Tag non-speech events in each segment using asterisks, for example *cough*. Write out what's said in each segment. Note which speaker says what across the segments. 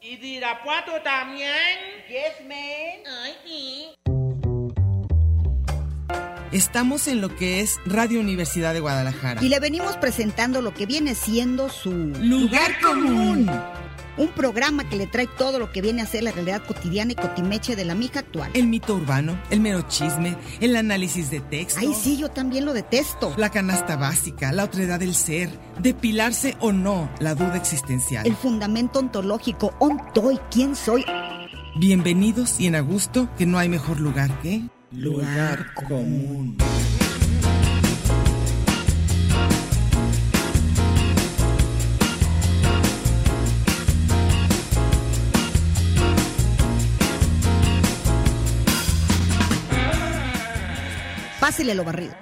Speaker 1: ¿Y de Irapuato también?
Speaker 2: Yes, man.
Speaker 1: Ay, sí.
Speaker 3: Estamos en lo que es Radio Universidad de Guadalajara.
Speaker 2: Y le venimos presentando lo que viene siendo su
Speaker 3: Lugar común.
Speaker 2: Un programa que le trae todo lo que viene a ser la realidad cotidiana y cotimeche de la mija actual.
Speaker 3: El mito urbano, el mero chisme, el análisis de texto.
Speaker 2: Ay, sí, yo también lo detesto.
Speaker 3: La canasta básica, la otredad del ser, depilarse o no, la duda existencial.
Speaker 2: El fundamento ontológico, ontoy, quién soy.
Speaker 3: Bienvenidos y en a gusto, que no hay mejor lugar que...
Speaker 2: Lugar
Speaker 3: común.
Speaker 2: Pásele lo barrido.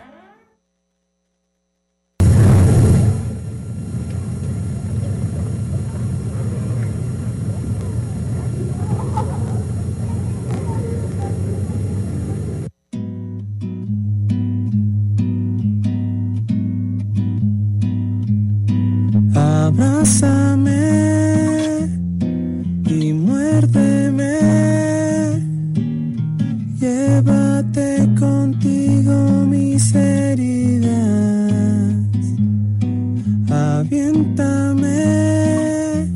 Speaker 4: Abrázame y muérdeme. Llévate contigo mis heridas. Aviéntame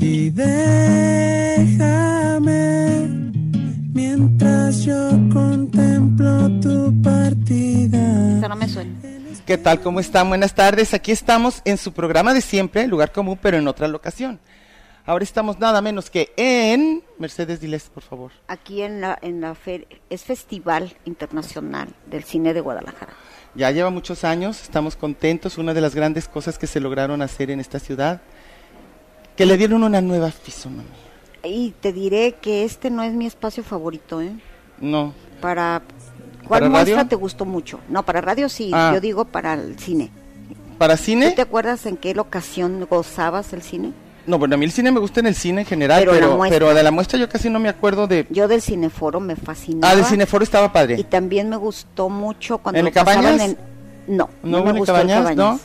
Speaker 4: y déjame mientras yo contemplo tu partida.
Speaker 5: Esa no me suena.
Speaker 3: ¿Qué tal? ¿Cómo están? Buenas tardes. Aquí estamos en su programa de siempre, Lugar Común, pero en otra locación. Ahora estamos nada menos que en... Mercedes, diles, por favor.
Speaker 5: Aquí en la, en la feria, es Festival Internacional del Cine de Guadalajara.
Speaker 3: Ya lleva muchos años, estamos contentos, una de las grandes cosas que se lograron hacer en esta ciudad, que le dieron una nueva fisonomía.
Speaker 5: Y te diré que este no es mi espacio favorito, ¿eh?
Speaker 3: No,
Speaker 5: Para... ¿Cuál
Speaker 3: ¿Para
Speaker 5: muestra
Speaker 3: radio?
Speaker 5: te gustó mucho? No, para radio sí,
Speaker 3: Ah.
Speaker 5: yo digo para el cine.
Speaker 3: para
Speaker 5: ¿Tú
Speaker 3: cine...
Speaker 5: te acuerdas en qué ocasión gozabas el cine?
Speaker 3: No, bueno, a mí el cine me gusta en el cine en general,
Speaker 5: Pero
Speaker 3: pero,
Speaker 5: la
Speaker 3: pero,
Speaker 5: muestra.
Speaker 3: de la muestra yo casi no me acuerdo de...
Speaker 5: Yo del cineforo me fascinaba.
Speaker 3: Ah, del cineforo estaba
Speaker 5: Y
Speaker 3: padre.
Speaker 5: también me gustó mucho cuando
Speaker 3: ¿En el
Speaker 5: lo pasaban
Speaker 3: Cabañas?
Speaker 5: en- No, no,
Speaker 3: ¿No,
Speaker 5: me
Speaker 3: hubo
Speaker 5: gustó el
Speaker 3: Cabañas? ¿No?
Speaker 5: Cabañas.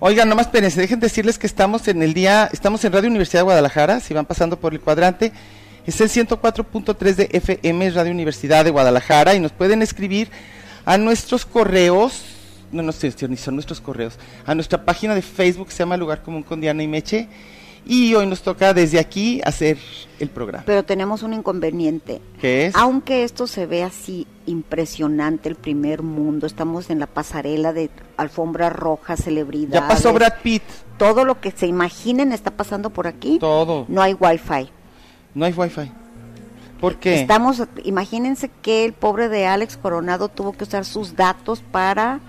Speaker 3: Oigan, nomás espérense, dejen decirles que estamos en el día, estamos en Radio Universidad de Guadalajara, si van pasando por el cuadrante, es el 104.3 de FM Radio Universidad de Guadalajara y nos pueden escribir a nuestros correos, no, no sé si ni son nuestros correos, a nuestra página de Facebook que se llama Lugar Común con Diana y Meche y hoy nos toca desde aquí hacer el programa,
Speaker 5: Pero tenemos un inconveniente.
Speaker 3: que es...
Speaker 5: Aunque esto se ve así impresionante, el primer mundo, estamos en la pasarela de alfombras rojas, celebridades.
Speaker 3: Ya pasó Brad Pitt,
Speaker 5: Todo lo que se imaginen está pasando por aquí.
Speaker 3: todo,
Speaker 5: No hay wifi.
Speaker 3: no hay wifi. ¿Por qué?
Speaker 5: Estamos, imagínense que el pobre de Alex Coronado tuvo que usar sus datos para,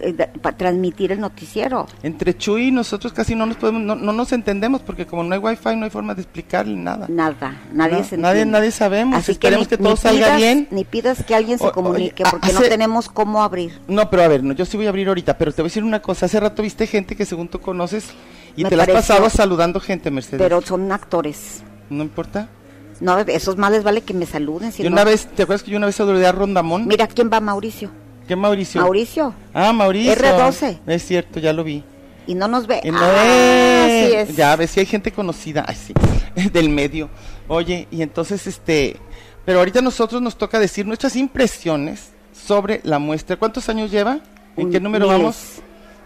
Speaker 5: eh, da- para transmitir el noticiero.
Speaker 3: Entre Chuy y nosotros casi no nos podemos, no, no nos entendemos porque como no hay wifi no hay forma de explicarle nada.
Speaker 5: Nada, nadie
Speaker 3: No,
Speaker 5: se
Speaker 3: nadie-
Speaker 5: entiende.
Speaker 3: nadie sabemos,
Speaker 5: Así
Speaker 3: esperemos que todo salga
Speaker 5: pidas-
Speaker 3: bien.
Speaker 5: Ni pidas que alguien
Speaker 3: O-
Speaker 5: se
Speaker 3: oye,
Speaker 5: comunique
Speaker 3: a-
Speaker 5: porque no
Speaker 3: hace-
Speaker 5: tenemos cómo abrir.
Speaker 3: No, pero a ver, no, yo sí voy a abrir ahorita, pero te voy a decir una cosa, hace rato viste gente que según tú conoces y
Speaker 5: Me
Speaker 3: te la has
Speaker 5: pareció-
Speaker 3: pasado saludando gente, Mercedes.
Speaker 5: Pero son actores.
Speaker 3: no importa.
Speaker 5: No, esos más les vale que me saluden. Si
Speaker 3: yo
Speaker 5: no-
Speaker 3: una vez, ¿te acuerdas que yo una vez saludé a Rondamón?
Speaker 5: Mira quién va Mauricio.
Speaker 3: ¿Qué Mauricio?
Speaker 5: Mauricio.
Speaker 3: Ah, Mauricio.
Speaker 5: R12.
Speaker 3: Es cierto, ya lo vi.
Speaker 5: Y no nos ve.
Speaker 3: Eh, no,
Speaker 5: Ah,
Speaker 3: eh,
Speaker 5: así es.
Speaker 3: Ya ves, si hay gente conocida, ay, sí, *laughs* del medio. Oye, y entonces, este, pero ahorita a nosotros nos toca decir nuestras impresiones sobre la muestra. ¿Cuántos años lleva? ¿En
Speaker 5: Un-
Speaker 3: qué número
Speaker 5: miles.
Speaker 3: vamos?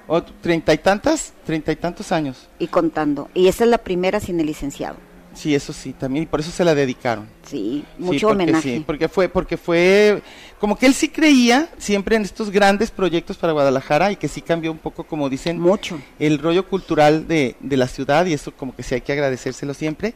Speaker 3: ¿O ¿Treinta y tantas? Treinta y tantos años.
Speaker 5: Y contando. Y esa es la primera sin el licenciado.
Speaker 3: Sí, eso sí, también, y por eso se la dedicaron.
Speaker 5: Sí,
Speaker 3: Sí,
Speaker 5: mucho
Speaker 3: porque
Speaker 5: homenaje.
Speaker 3: sí, porque fue, porque fue, como que él sí creía siempre en estos grandes proyectos para Guadalajara y que sí cambió un poco, como dicen,
Speaker 5: Mucho.
Speaker 3: el rollo cultural de, de la ciudad y eso como que sí hay que agradecérselo siempre.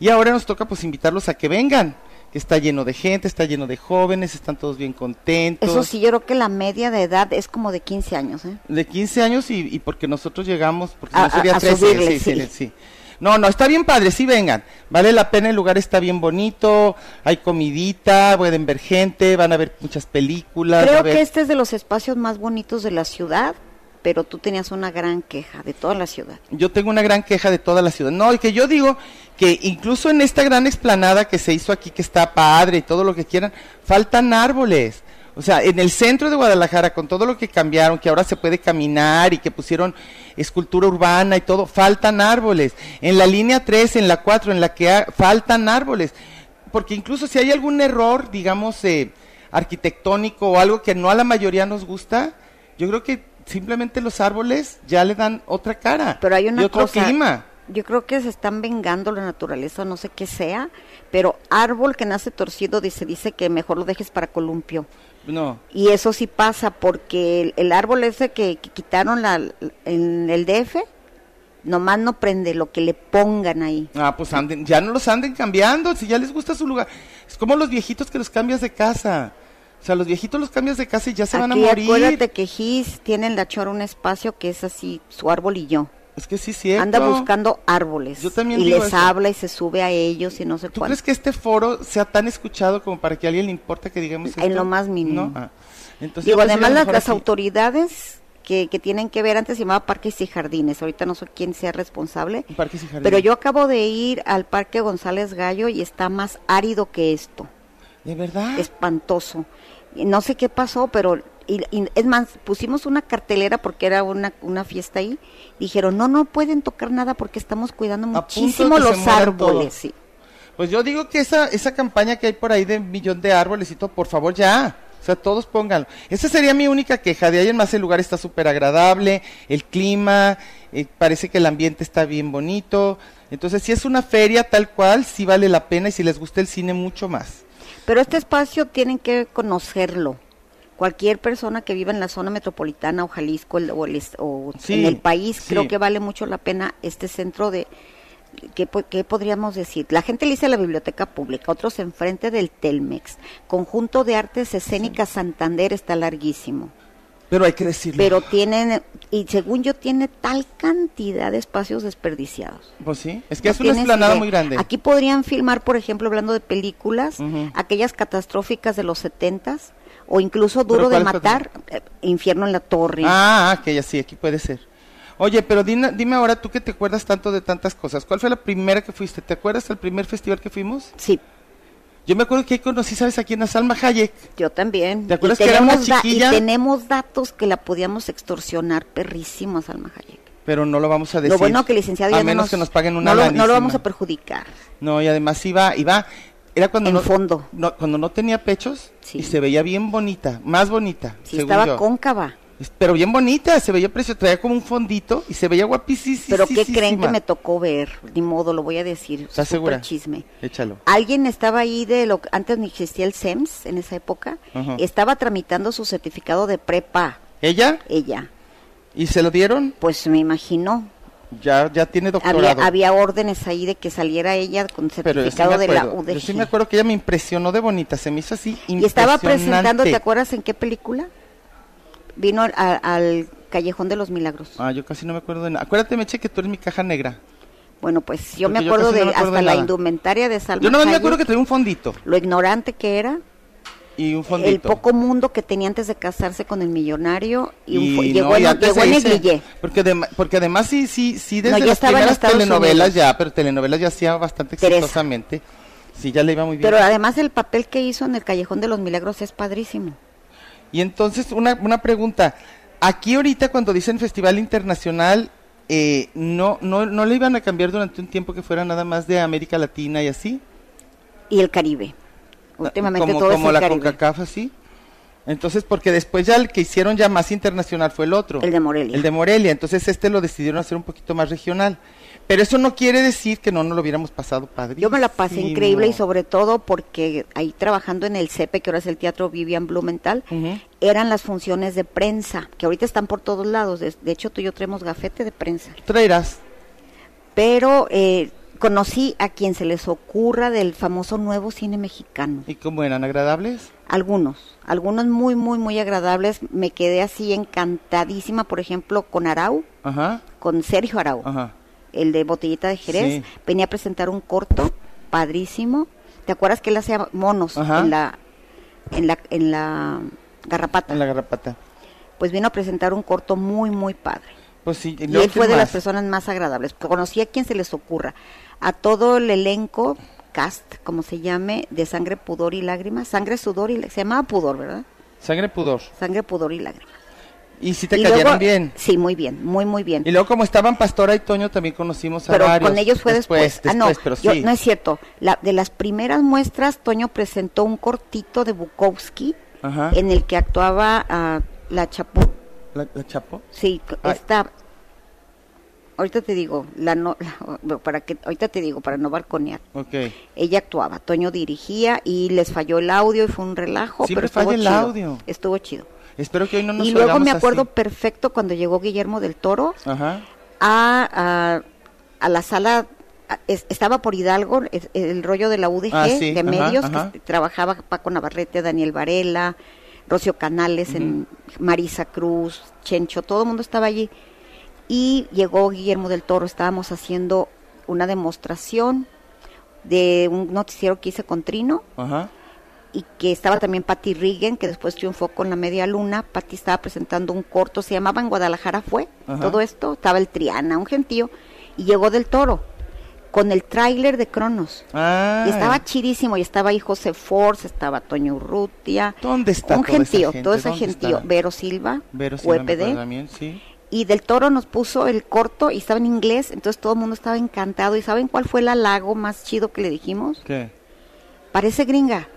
Speaker 3: Y ahora nos toca pues invitarlos a que vengan, que está lleno de gente, está lleno de jóvenes, están todos bien contentos.
Speaker 5: Eso sí, yo creo que la media de edad es como de 15 años. ¿eh?
Speaker 3: De 15 años y, y porque nosotros llegamos, porque si
Speaker 5: A-
Speaker 3: no sería
Speaker 5: a- a
Speaker 3: 13,
Speaker 5: subirle,
Speaker 3: sí, sí,
Speaker 5: sí.
Speaker 3: sí. No, no, está bien padre, sí vengan, vale la pena, el lugar está bien bonito, hay comidita, pueden ver gente, van a ver muchas películas. va a
Speaker 5: Creo
Speaker 3: haber-
Speaker 5: que este es de los espacios más bonitos de la ciudad, pero tú tenías una gran queja de toda la ciudad.
Speaker 3: Yo tengo una gran queja de toda la ciudad. No, y que yo digo que incluso en esta gran explanada que se hizo aquí, que está padre y todo lo que quieran, faltan árboles. O sea, en el centro de Guadalajara, con todo lo que cambiaron, que ahora se puede caminar y que pusieron escultura urbana y todo, faltan árboles. En la línea 3, en la 4, en la que ha- faltan árboles. Porque incluso si hay algún error, digamos, eh, arquitectónico o algo que no a la mayoría nos gusta, yo creo que simplemente los árboles ya le dan otra cara.
Speaker 5: Pero hay una
Speaker 3: y otro
Speaker 5: cosa.
Speaker 3: clima.
Speaker 5: Yo creo que se están vengando la naturaleza, no sé qué sea, pero árbol que nace torcido dice dice que mejor lo dejes para columpio.
Speaker 3: No.
Speaker 5: Y eso sí pasa porque el, el árbol ese que, que quitaron la, en el DF nomás no prende lo que le pongan ahí.
Speaker 3: Ah, pues anden, ya no los anden cambiando, si ya les gusta su lugar. Es como los viejitos que los cambias de casa. O sea, los viejitos los cambias de casa y ya se van a
Speaker 5: Aquí
Speaker 3: morir.
Speaker 5: acuérdate que Gis tiene en la chora un espacio que es así su árbol y yo.
Speaker 3: Es que sí es cierto.
Speaker 5: Anda buscando árboles
Speaker 3: Yo también
Speaker 5: y
Speaker 3: digo
Speaker 5: les
Speaker 3: eso.
Speaker 5: habla y se sube a ellos y no sé
Speaker 3: ¿Tú
Speaker 5: cuánto.
Speaker 3: crees que este foro sea tan escuchado como para que a alguien le importa que digamos
Speaker 5: En
Speaker 3: esto?
Speaker 5: lo más mínimo.
Speaker 3: No. Ah, Entonces,
Speaker 5: Digo,
Speaker 3: yo prefiero
Speaker 5: además las,
Speaker 3: mejor
Speaker 5: las
Speaker 3: así.
Speaker 5: autoridades que, que tienen que ver, antes se llamaba Parques y Jardines, ahorita no sé quién sea responsable,
Speaker 3: Parques y jardines.
Speaker 5: pero yo acabo de ir al Parque González Gallo y está más árido que esto,
Speaker 3: De verdad.
Speaker 5: espantoso. Y No sé qué pasó, pero y- y es más, pusimos una cartelera porque era una, una fiesta ahí, dijeron, no, no pueden tocar nada porque estamos cuidando
Speaker 3: A punto de
Speaker 5: muchísimo
Speaker 3: que se
Speaker 5: los
Speaker 3: muera todo.
Speaker 5: árboles. sí.
Speaker 3: Pues yo digo que esa, esa campaña que hay por ahí de millón de árboles y todo, por favor ya. O sea, todos pónganlo. Esa sería mi única queja. De ahí en más el lugar está súper agradable, el clima, eh, parece que el ambiente está bien bonito. Entonces, si es una feria tal cual, sí vale la pena y si les gusta el cine, mucho más.
Speaker 5: Pero este espacio tienen que conocerlo. Cualquier persona que viva en la zona metropolitana o Jalisco el- o, el est- o
Speaker 3: Sí,
Speaker 5: en el país,
Speaker 3: sí.
Speaker 5: creo que vale mucho la pena este centro de... ¿qué, po- qué podríamos decir? La gente le dice la biblioteca pública, otros enfrente del Telmex. Conjunto de Artes Escénicas Santander está larguísimo.
Speaker 3: Pero hay que decirlo.
Speaker 5: Pero tienen, y según yo, tiene tal cantidad de espacios desperdiciados.
Speaker 3: Pues sí, es que
Speaker 5: No
Speaker 3: es una
Speaker 5: tienes
Speaker 3: esplanada
Speaker 5: idea.
Speaker 3: muy grande.
Speaker 5: Aquí podrían filmar, por ejemplo, hablando de películas,
Speaker 3: Ujú.
Speaker 5: aquellas catastróficas de los setentas, o incluso
Speaker 3: ¿Pero
Speaker 5: Duro de
Speaker 3: cuáles
Speaker 5: Matar, eh, Infierno en la Torre.
Speaker 3: Ah, ah, que ya sí, aquí puede ser. Oye, pero dina- dime ahora tú que te acuerdas tanto de tantas cosas. ¿Cuál fue la primera que fuiste? ¿Te acuerdas del primer festival que fuimos?
Speaker 5: Sí,
Speaker 3: Yo me acuerdo que ahí conocí, ¿sabes a quién? A Salma Hayek.
Speaker 5: yo también.
Speaker 3: ¿Te acuerdas
Speaker 5: Y
Speaker 3: que era una
Speaker 5: tenemos da-
Speaker 3: chiquilla?
Speaker 5: Y tenemos datos que la podíamos extorsionar perrísimo a Salma Hayek.
Speaker 3: Pero no lo vamos a decir.
Speaker 5: Lo bueno que el licenciado
Speaker 3: A
Speaker 5: ya no
Speaker 3: menos
Speaker 5: nos-
Speaker 3: que nos paguen una
Speaker 5: no lo, no lo vamos
Speaker 3: lanísima.
Speaker 5: a perjudicar.
Speaker 3: No, y además iba, iba, era cuando
Speaker 5: En
Speaker 3: no,
Speaker 5: fondo.
Speaker 3: no- cuando no tenía pechos
Speaker 5: Sí.
Speaker 3: y se veía bien bonita, más bonita,
Speaker 5: Si
Speaker 3: según
Speaker 5: estaba
Speaker 3: yo.
Speaker 5: cóncava.
Speaker 3: Es- Pero bien bonita, se veía preciosa, traía como un fondito y se veía guapísima.
Speaker 5: Pero ¿qué creen que me tocó ver? Ni modo, lo voy a decir.
Speaker 3: ¿Estás
Speaker 5: súper
Speaker 3: segura?
Speaker 5: chisme.
Speaker 3: Échalo.
Speaker 5: Alguien estaba ahí de lo antes ni existía el SEMS en esa época,
Speaker 3: Ajá.
Speaker 5: estaba tramitando su certificado de prepa
Speaker 3: ¿Ella?
Speaker 5: ella.
Speaker 3: ¿Y se lo dieron?
Speaker 5: Pues me imagino,
Speaker 3: Ya, ya tiene
Speaker 5: había,
Speaker 3: doctorado.
Speaker 5: había órdenes ahí de que saliera ella con
Speaker 3: pero yo sí,
Speaker 5: certificado
Speaker 3: me
Speaker 5: de la
Speaker 3: acuerdo,
Speaker 5: UDG.
Speaker 3: yo sí me acuerdo que ella me impresionó de bonita, se me hizo así
Speaker 5: y estaba presentando,
Speaker 3: impresionante.
Speaker 5: ¿te acuerdas en qué película? Vino al- a- al Callejón de los Milagros.
Speaker 3: Ah, yo casi no me acuerdo de nada. Acuérdate, Meche, que tú eres mi caja negra.
Speaker 5: Bueno, pues yo me
Speaker 3: Porque yo
Speaker 5: acuerdo
Speaker 3: casi
Speaker 5: de
Speaker 3: no me acuerdo
Speaker 5: hasta
Speaker 3: de
Speaker 5: la
Speaker 3: nada.
Speaker 5: indumentaria de Salma
Speaker 3: Yo no me
Speaker 5: Hayek,
Speaker 3: acuerdo que traía un fondito
Speaker 5: lo ignorante que era,
Speaker 3: y un fondito.
Speaker 5: el poco mundo que tenía antes de casarse con el millonario y, un fo-
Speaker 3: Y
Speaker 5: llegó,
Speaker 3: no, y
Speaker 5: en,
Speaker 3: antes
Speaker 5: llegó
Speaker 3: se
Speaker 5: en
Speaker 3: dice-
Speaker 5: negligé.
Speaker 3: Porque, adem- porque además sí, sí, sí, desde
Speaker 5: ya
Speaker 3: las
Speaker 5: estaba en
Speaker 3: primeras
Speaker 5: Estados
Speaker 3: telenovelas
Speaker 5: Unidos.
Speaker 3: ya, pero telenovelas ya hacía bastante
Speaker 5: Teresa.
Speaker 3: exitosamente. Sí, ya le iba muy bien.
Speaker 5: Pero además el papel que hizo en el Callejón de los Milagros es padrísimo.
Speaker 3: Y entonces, una, una pregunta. Aquí ahorita cuando dicen Festival Internacional, eh, no, no, ¿no le iban a cambiar durante un tiempo que fuera nada más de América Latina y así?
Speaker 5: Y el Caribe. Últimamente
Speaker 3: como,
Speaker 5: todo
Speaker 3: como
Speaker 5: es el
Speaker 3: la
Speaker 5: Caribe.
Speaker 3: CONCACAF, así. Entonces, porque después ya el que hicieron ya más internacional fue el otro.
Speaker 5: El de Morelia.
Speaker 3: El de Morelia. Entonces, este lo decidieron hacer un poquito más regional. Pero eso no quiere decir que no nos lo hubiéramos pasado padre.
Speaker 5: Yo me la pasé increíble y sobre todo porque ahí trabajando en el CEPE, que ahora es el Teatro Vivian Blumenthal,
Speaker 3: Ujú.
Speaker 5: eran las funciones de prensa, que ahorita están por todos lados. De, de hecho, tú y yo traemos gafete de prensa.
Speaker 3: Traerás.
Speaker 5: Pero eh, conocí a quien se les ocurra del famoso nuevo cine mexicano.
Speaker 3: ¿Y cómo eran? ¿Agradables?
Speaker 5: Algunos, algunos muy, muy, muy agradables. Me quedé así encantadísima, por ejemplo, con Arau,
Speaker 3: Ajá,
Speaker 5: con Sergio Arau,
Speaker 3: ajá.
Speaker 5: el de Botellita de Jerez.
Speaker 3: Sí.
Speaker 5: Venía a presentar un corto padrísimo. ¿Te acuerdas que él hacía monos
Speaker 3: Ajá.
Speaker 5: en la, en la, en la garrapata?
Speaker 3: En la garrapata.
Speaker 5: Pues vino a presentar un corto muy, muy padre.
Speaker 3: Pues sí.
Speaker 5: Y
Speaker 3: luego,
Speaker 5: él fue
Speaker 3: ¿quién
Speaker 5: de las
Speaker 3: más?
Speaker 5: personas más agradables. Conocí a quien se les ocurra. A todo el elenco, cast, como se llame, de sangre, pudor y lágrimas. Sangre, sudor y... lá- Se llamaba pudor, ¿verdad?
Speaker 3: Sangre pudor.
Speaker 5: Sangre, pudor y lágrimas.
Speaker 3: Y si te
Speaker 5: Y
Speaker 3: cayeron
Speaker 5: luego-
Speaker 3: bien.
Speaker 5: Sí, muy bien, muy, muy bien.
Speaker 3: Y luego como estaban Pastora y Toño también conocimos a
Speaker 5: pero
Speaker 3: varios.
Speaker 5: con ellos fue después.
Speaker 3: Después,
Speaker 5: ah, no,
Speaker 3: pero
Speaker 5: yo-
Speaker 3: sí.
Speaker 5: no es cierto. La, de las primeras muestras, Toño presentó un cortito de Bukowski
Speaker 3: Ajá.
Speaker 5: en el que actuaba ah, la Chapu.
Speaker 3: ¿La, la Chapo?
Speaker 5: Sí, c-
Speaker 3: Ay.
Speaker 5: esta. Ahorita te digo, la no, la- para que, ahorita te digo, para no balconear.
Speaker 3: Ok.
Speaker 5: Ella actuaba, Toño dirigía y les falló el audio y fue un relajo.
Speaker 3: Siempre
Speaker 5: pero estuvo
Speaker 3: falla el
Speaker 5: chido,
Speaker 3: audio.
Speaker 5: Estuvo chido.
Speaker 3: Espero que hoy no nos
Speaker 5: y luego
Speaker 3: oigamos
Speaker 5: me acuerdo
Speaker 3: así.
Speaker 5: perfecto cuando llegó Guillermo del Toro
Speaker 3: Ajá.
Speaker 5: a, a, a la sala, a- es- estaba por Hidalgo, es- el rollo de la UDG,
Speaker 3: Ah, sí,
Speaker 5: de
Speaker 3: ajá,
Speaker 5: medios,
Speaker 3: ajá.
Speaker 5: que trabajaba Paco Navarrete, Daniel Varela, Rocío Canales, en Marisa Cruz, Chencho, todo el mundo estaba allí. Y llegó Guillermo del Toro, estábamos haciendo una demostración de un noticiero que hice con Trino
Speaker 3: Ajá.
Speaker 5: y que estaba también Patty Regan, que después triunfó con La Media Luna. Patty estaba presentando un corto, se llamaba En Guadalajara fue,
Speaker 3: Ajá.
Speaker 5: todo esto, estaba el Triana, un gentío, y llegó del Toro con el tráiler de Cronos.
Speaker 3: Ah.
Speaker 5: Y estaba chidísimo, y estaba ahí José Force, estaba Toño Urrutia.
Speaker 3: ¿Dónde está
Speaker 5: Un
Speaker 3: toda esa
Speaker 5: gentío,
Speaker 3: gente?
Speaker 5: todo ese
Speaker 3: ¿Dónde
Speaker 5: gentío.
Speaker 3: está?
Speaker 5: Vero Silva,
Speaker 3: Vero sí, no me
Speaker 5: UEPD,
Speaker 3: acuerdo también, sí.
Speaker 5: y del Toro nos puso el corto y estaba en inglés, entonces todo el mundo estaba encantado. ¿Y saben cuál fue el halago más chido que le dijimos?
Speaker 3: ¿Qué?
Speaker 5: Parece gringa.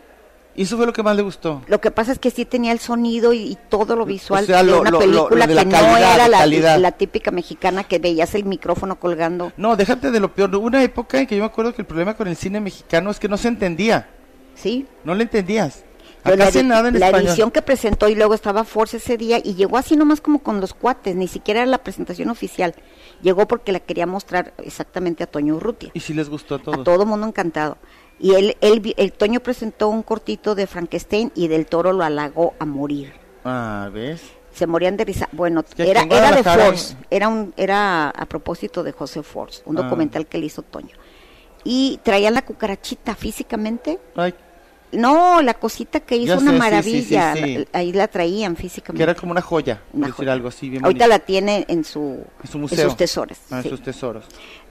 Speaker 3: Y eso fue lo que más le gustó.
Speaker 5: Lo que pasa es que sí tenía el sonido y, y todo lo visual
Speaker 3: O sea,
Speaker 5: de
Speaker 3: lo-
Speaker 5: una
Speaker 3: lo- lo-
Speaker 5: película
Speaker 3: lo de la
Speaker 5: que no
Speaker 3: calidad,
Speaker 5: era
Speaker 3: de
Speaker 5: la,
Speaker 3: calidad.
Speaker 5: la típica mexicana que veías el micrófono colgando.
Speaker 3: No, déjate de lo peor. Hubo Una época en que yo me acuerdo que el problema con el cine mexicano es que no se entendía.
Speaker 5: ¿Sí?
Speaker 3: No le entendías.
Speaker 5: Yo la
Speaker 3: Acá
Speaker 5: edi-
Speaker 3: hacen Ah, nada en
Speaker 5: la
Speaker 3: español.
Speaker 5: edición que presentó y luego estaba Force ese día y llegó así nomás como con los cuates, ni siquiera era la presentación oficial. Llegó porque la quería mostrar exactamente a Toño Urrutia.
Speaker 3: Y si les gustó a todos.
Speaker 5: A todo mundo encantado. Y él, él, vi- el Toño presentó un cortito de Frankenstein y del toro lo halagó a morir.
Speaker 3: Ah, ¿ves?
Speaker 5: se morían de risa. Bueno,
Speaker 3: que
Speaker 5: era,
Speaker 3: aquí en
Speaker 5: era de
Speaker 3: Guadalajara-
Speaker 5: Force, era un, era a propósito de José Force, un
Speaker 3: ¿eh? Ah.
Speaker 5: documental que le hizo Toño. Y traían la cucarachita físicamente.
Speaker 3: Ay,
Speaker 5: No, la cosita que hizo
Speaker 3: Ya
Speaker 5: una
Speaker 3: sé, sí,
Speaker 5: maravilla.
Speaker 3: sí, sí, sí.
Speaker 5: Ahí la traían
Speaker 3: que
Speaker 5: físicamente.
Speaker 3: era como una joya, por
Speaker 5: Una
Speaker 3: decir
Speaker 5: joya.
Speaker 3: algo así bien
Speaker 5: Ahorita
Speaker 3: bonito.
Speaker 5: la tiene en su,
Speaker 3: En su museo.
Speaker 5: sus tesores.
Speaker 3: Ah, en
Speaker 5: sí.
Speaker 3: sus tesoros.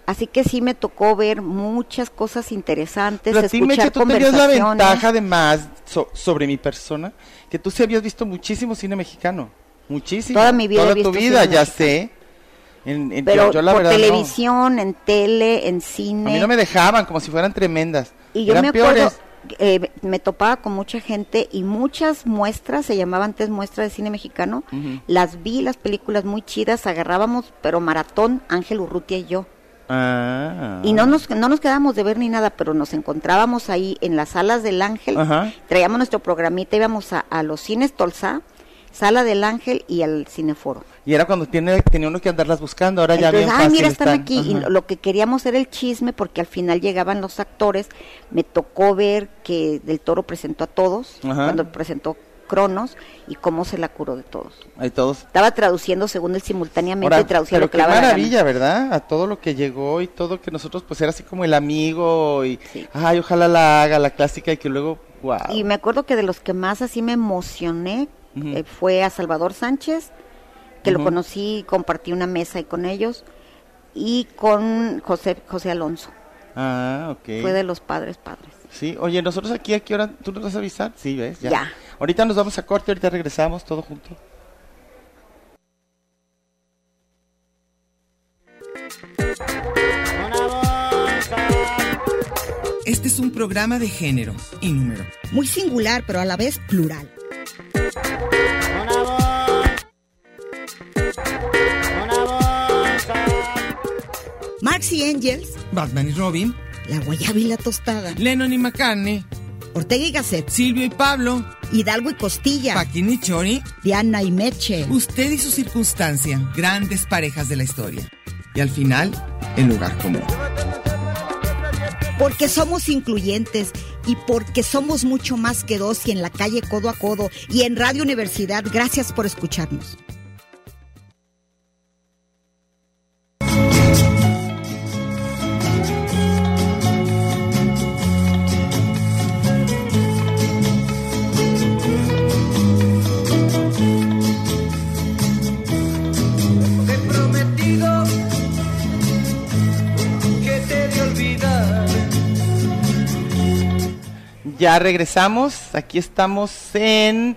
Speaker 5: Así que sí me tocó ver muchas cosas interesantes,
Speaker 3: Pero a ti, Meche,
Speaker 5: escuchar
Speaker 3: tú tenías la
Speaker 5: conversaciones.
Speaker 3: ventaja además so- sobre mi persona, que tú sí habías visto muchísimo cine mexicano. Muchísimo.
Speaker 5: Toda mi vida
Speaker 3: Toda
Speaker 5: he visto
Speaker 3: tu vida,
Speaker 5: cine
Speaker 3: ya
Speaker 5: mexicano.
Speaker 3: sé. En, en-
Speaker 5: pero
Speaker 3: yo, yo la
Speaker 5: por
Speaker 3: verdad no.
Speaker 5: televisión, en tele, en cine.
Speaker 3: A mí no me dejaban, como si fueran tremendas.
Speaker 5: Y yo
Speaker 3: Eran
Speaker 5: me acuerdo,
Speaker 3: peores.
Speaker 5: eh, me topaba con mucha gente y muchas muestras, se llamaba antes muestra de cine mexicano,
Speaker 3: Ujú.
Speaker 5: las vi, las películas muy chidas, agarrábamos, pero maratón, Ángel Urrutia y yo.
Speaker 3: Ah.
Speaker 5: Y no nos, no nos quedábamos de ver ni nada, pero nos encontrábamos ahí en las salas del Ángel,
Speaker 3: Ajá.
Speaker 5: traíamos nuestro programita, íbamos a, a los cines Tolsá, Sala del Ángel y al Cineforo.
Speaker 3: Y era cuando tiene, tenía uno que andarlas buscando, ahora ya
Speaker 5: Entonces,
Speaker 3: bien
Speaker 5: ah,
Speaker 3: fácil
Speaker 5: mira, están,
Speaker 3: están".
Speaker 5: aquí. Y
Speaker 3: Ajá.
Speaker 5: lo que queríamos era el chisme, porque al final llegaban los actores. Me tocó ver que Del Toro presentó a todos,
Speaker 3: Ajá.
Speaker 5: cuando presentó Cronos, y cómo se la curó de todos.
Speaker 3: Ahí todos.
Speaker 5: Estaba traduciendo según él simultáneamente,
Speaker 3: Ahora,
Speaker 5: traducía
Speaker 3: pero
Speaker 5: lo
Speaker 3: qué
Speaker 5: que le daba la gana.
Speaker 3: maravilla, ¿verdad? A todo lo que llegó y todo que nosotros pues era así como el amigo y
Speaker 5: Sí.
Speaker 3: ay, ojalá la haga la clásica y que luego wow.
Speaker 5: Y me acuerdo que de los que más así me emocioné
Speaker 3: Ujú.
Speaker 5: eh, fue a Salvador Sánchez, que lo
Speaker 3: Ujú.
Speaker 5: conocí, compartí una mesa ahí con ellos, y con José, José Alonso.
Speaker 3: Ah, ok.
Speaker 5: Fue de los padres, padres.
Speaker 3: Sí, oye, nosotros aquí a qué hora tú nos vas a avisar? Sí, ¿ves?
Speaker 5: Ya.
Speaker 3: Ahorita nos vamos a corte, ahorita regresamos todo junto.
Speaker 6: Este es un programa de género y número.
Speaker 2: Muy singular, pero a la vez plural. Marx y Engels,
Speaker 6: Batman y Robin,
Speaker 2: La Guayaba y la Tostada,
Speaker 6: Lennon y McCartney,
Speaker 2: Ortega y Gasset,
Speaker 6: Silvio y Pablo,
Speaker 2: Hidalgo y Costilla,
Speaker 6: Paquín y Chori,
Speaker 2: Diana y Meche.
Speaker 6: usted y su circunstancia, grandes parejas de la historia. Y al final, el lugar común.
Speaker 2: Porque somos incluyentes y porque somos mucho más que dos y en la calle codo a codo y en Radio Universidad. Gracias por escucharnos.
Speaker 7: Te he prometido que te he de olvidar.
Speaker 3: Ya regresamos, aquí estamos en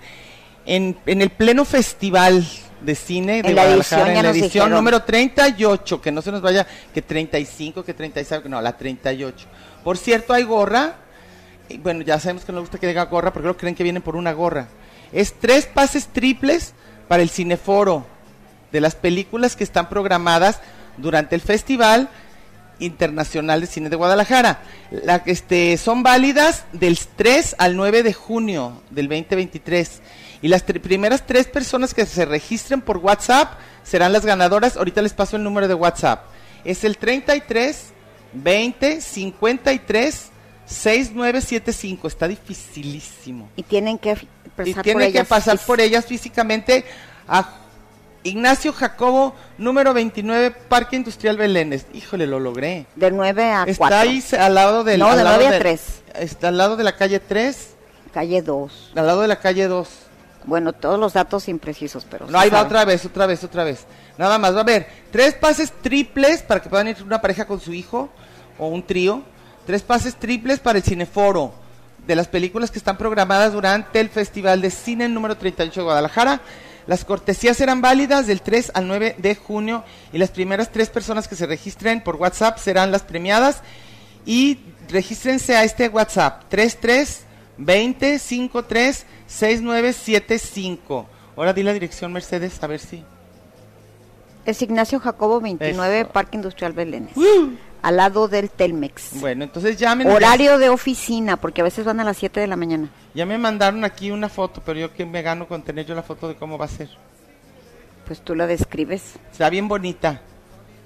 Speaker 3: en, en el pleno festival de cine de
Speaker 5: En la
Speaker 3: Guadalajara,
Speaker 5: edición, ya
Speaker 3: en la
Speaker 5: nos
Speaker 3: edición
Speaker 5: dijeron.
Speaker 3: número 38, que no se nos vaya que 35, que 36, no, la 38. Por cierto, hay gorra. y Bueno, ya sabemos que no le gusta que diga gorra porque luego creen que vienen por una gorra. Es tres pases triples para el cineforo de las películas que están programadas durante el Festival Internacional de Cine de Guadalajara. La, este, son válidas del 3 al 9 de junio del 2023. Y las tre- primeras tres personas que se registren por WhatsApp serán las ganadoras. Ahorita les paso el número de WhatsApp. Es el 33 20 53 6975. Está dificilísimo
Speaker 5: Y tienen que pasar
Speaker 3: y
Speaker 5: por
Speaker 3: tiene que
Speaker 5: ellas
Speaker 3: pasar
Speaker 5: fis-
Speaker 3: por ellas físicamente a Ignacio Jacobo, número 29, Parque Industrial Belénes. Híjole, lo logré.
Speaker 5: De 9 a
Speaker 3: Está
Speaker 5: 4.
Speaker 3: ahí se- al lado del...
Speaker 5: No,
Speaker 3: al
Speaker 5: de
Speaker 3: lado
Speaker 5: nueve a
Speaker 3: del-
Speaker 5: tres.
Speaker 3: Está al lado de la calle 3,
Speaker 5: Calle 2.
Speaker 3: al lado de la calle 2.
Speaker 5: Bueno, todos los datos imprecisos, pero.
Speaker 3: No,
Speaker 5: se
Speaker 3: ahí va
Speaker 5: sabe.
Speaker 3: otra vez, otra vez, otra vez. Nada más, va a haber tres pases triples para que puedan ir una pareja con su hijo o un trío. Tres pases triples para el cineforo de las películas que están programadas durante el Festival de Cine número 38 de Guadalajara. Las cortesías serán válidas del 3 al 9 de junio y las primeras tres personas que se registren por WhatsApp serán las premiadas. Y regístrense a este WhatsApp, 33 20 53 6975. Ahora di la dirección, Mercedes, a ver si.
Speaker 5: Es Ignacio Jacobo 29,
Speaker 3: Eso. ¡Uh!
Speaker 5: Parque Industrial Belénes. Al lado del Telmex.
Speaker 3: Bueno, entonces llamen.
Speaker 5: Horario de oficina, porque a veces van a las 7 de la mañana.
Speaker 3: Ya me mandaron aquí una foto, pero yo que me gano con tener yo la foto de cómo va a ser.
Speaker 5: Pues tú la describes.
Speaker 3: Está bien bonita.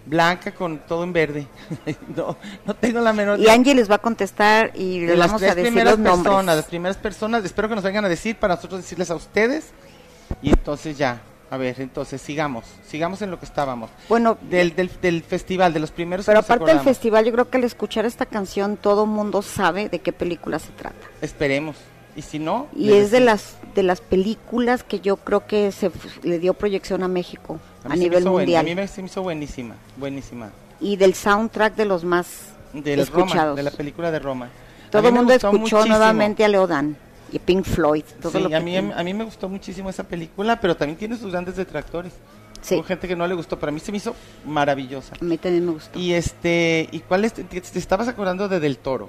Speaker 3: Blanca con todo en verde. *laughs* no, no tengo la menor
Speaker 5: Y Angie les va a contestar y
Speaker 3: De
Speaker 5: les
Speaker 3: las
Speaker 5: vamos
Speaker 3: tres
Speaker 5: a decir
Speaker 3: primeras
Speaker 5: los nombres.
Speaker 3: personas, las primeras personas, espero que nos vengan a decir para nosotros decirles a ustedes. Y entonces ya, a ver, entonces sigamos, sigamos en lo que estábamos.
Speaker 5: Bueno,
Speaker 3: Del, del, del festival, de los primeros que
Speaker 5: pero
Speaker 3: nos
Speaker 5: aparte del
Speaker 3: acordamos.
Speaker 5: festival, yo creo que al escuchar esta canción todo mundo sabe de qué película se trata.
Speaker 3: Esperemos. Y si no.
Speaker 5: Y
Speaker 3: les
Speaker 5: es de
Speaker 3: decimos.
Speaker 5: las de las películas que yo creo que se f- le dio proyección a México
Speaker 3: A mí se
Speaker 5: a,
Speaker 3: me
Speaker 5: nivel
Speaker 3: hizo buen-
Speaker 5: mundial
Speaker 3: a mí me, se me hizo buenísima, buenísima.
Speaker 5: y del soundtrack de los más
Speaker 3: Del Roma,
Speaker 5: escuchados.
Speaker 3: de la película de Roma. A
Speaker 5: todo
Speaker 3: mí
Speaker 5: el
Speaker 3: me
Speaker 5: mundo
Speaker 3: gustó
Speaker 5: escuchó
Speaker 3: muchísimo.
Speaker 5: nuevamente a Leodan y Pink Floyd, todo
Speaker 3: Sí,
Speaker 5: lo que
Speaker 3: a, mí, em,
Speaker 5: tiene.
Speaker 3: a mí me gustó muchísimo esa película, pero también tiene sus grandes detractores.
Speaker 5: Sí.
Speaker 3: Hubo gente que no le gustó, pero a mí se me hizo maravillosa.
Speaker 5: A mí también me gustó.
Speaker 3: Y este, ¿y cuál es? Te, te estabas acordando de Del Toro.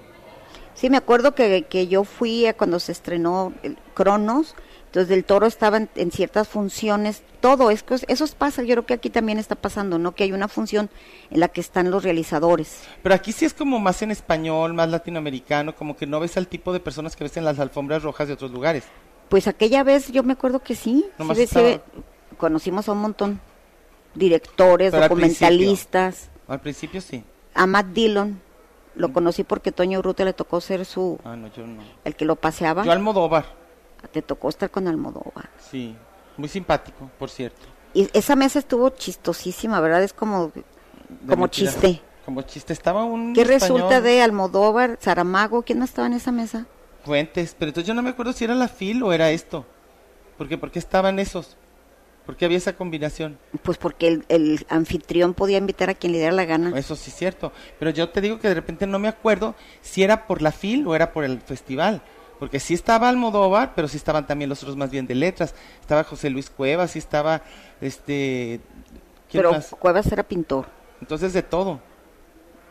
Speaker 5: Sí, me acuerdo que, que yo fui a cuando se estrenó el Cronos, entonces el toro estaba en, en ciertas funciones, todo es, cos- eso pasa, yo creo que aquí también está pasando, ¿no? Que hay una función en la que están los realizadores.
Speaker 3: Pero aquí sí es como más en español, más latinoamericano, como que no ves al tipo de personas que ves en las alfombras rojas de otros lugares.
Speaker 5: Pues aquella vez yo me acuerdo que sí, sí
Speaker 3: Nomás
Speaker 5: ve- sí ve-
Speaker 3: estaba-
Speaker 5: conocimos a un montón, directores,
Speaker 3: Pero al
Speaker 5: documentalistas,
Speaker 3: Al principio sí.
Speaker 5: a Matt Dillon, lo conocí porque Toño Urrutia le tocó ser su,
Speaker 3: Ah, no, yo no.
Speaker 5: el que lo paseaba,
Speaker 3: Yo Almodóvar,
Speaker 5: te tocó estar con Almodóvar.
Speaker 3: sí. Muy simpático, por cierto.
Speaker 5: Y esa mesa estuvo chistosísima, ¿verdad? Es como,
Speaker 3: De
Speaker 5: como
Speaker 3: mentiras.
Speaker 5: chiste.
Speaker 3: Como chiste. Estaba un.
Speaker 5: ¿Qué
Speaker 3: español,
Speaker 5: resulta de Almodóvar, Saramago? ¿Quién más estaba en esa mesa?
Speaker 3: Fuentes, pero entonces yo no me acuerdo si era la fil o era esto. Porque, ¿por qué estaban esos? ¿Por qué había esa combinación?
Speaker 5: Pues porque el, el anfitrión podía invitar a quien le diera la gana.
Speaker 3: Eso sí es cierto. Pero yo te digo que de repente no me acuerdo si era por la FIL o era por el festival. Porque sí estaba Almodóvar, pero sí estaban también los otros más bien de letras. Estaba José Luis Cuevas, sí estaba este. ¿Quién
Speaker 5: Pero
Speaker 3: más?
Speaker 5: Cuevas era pintor.
Speaker 3: Entonces de todo.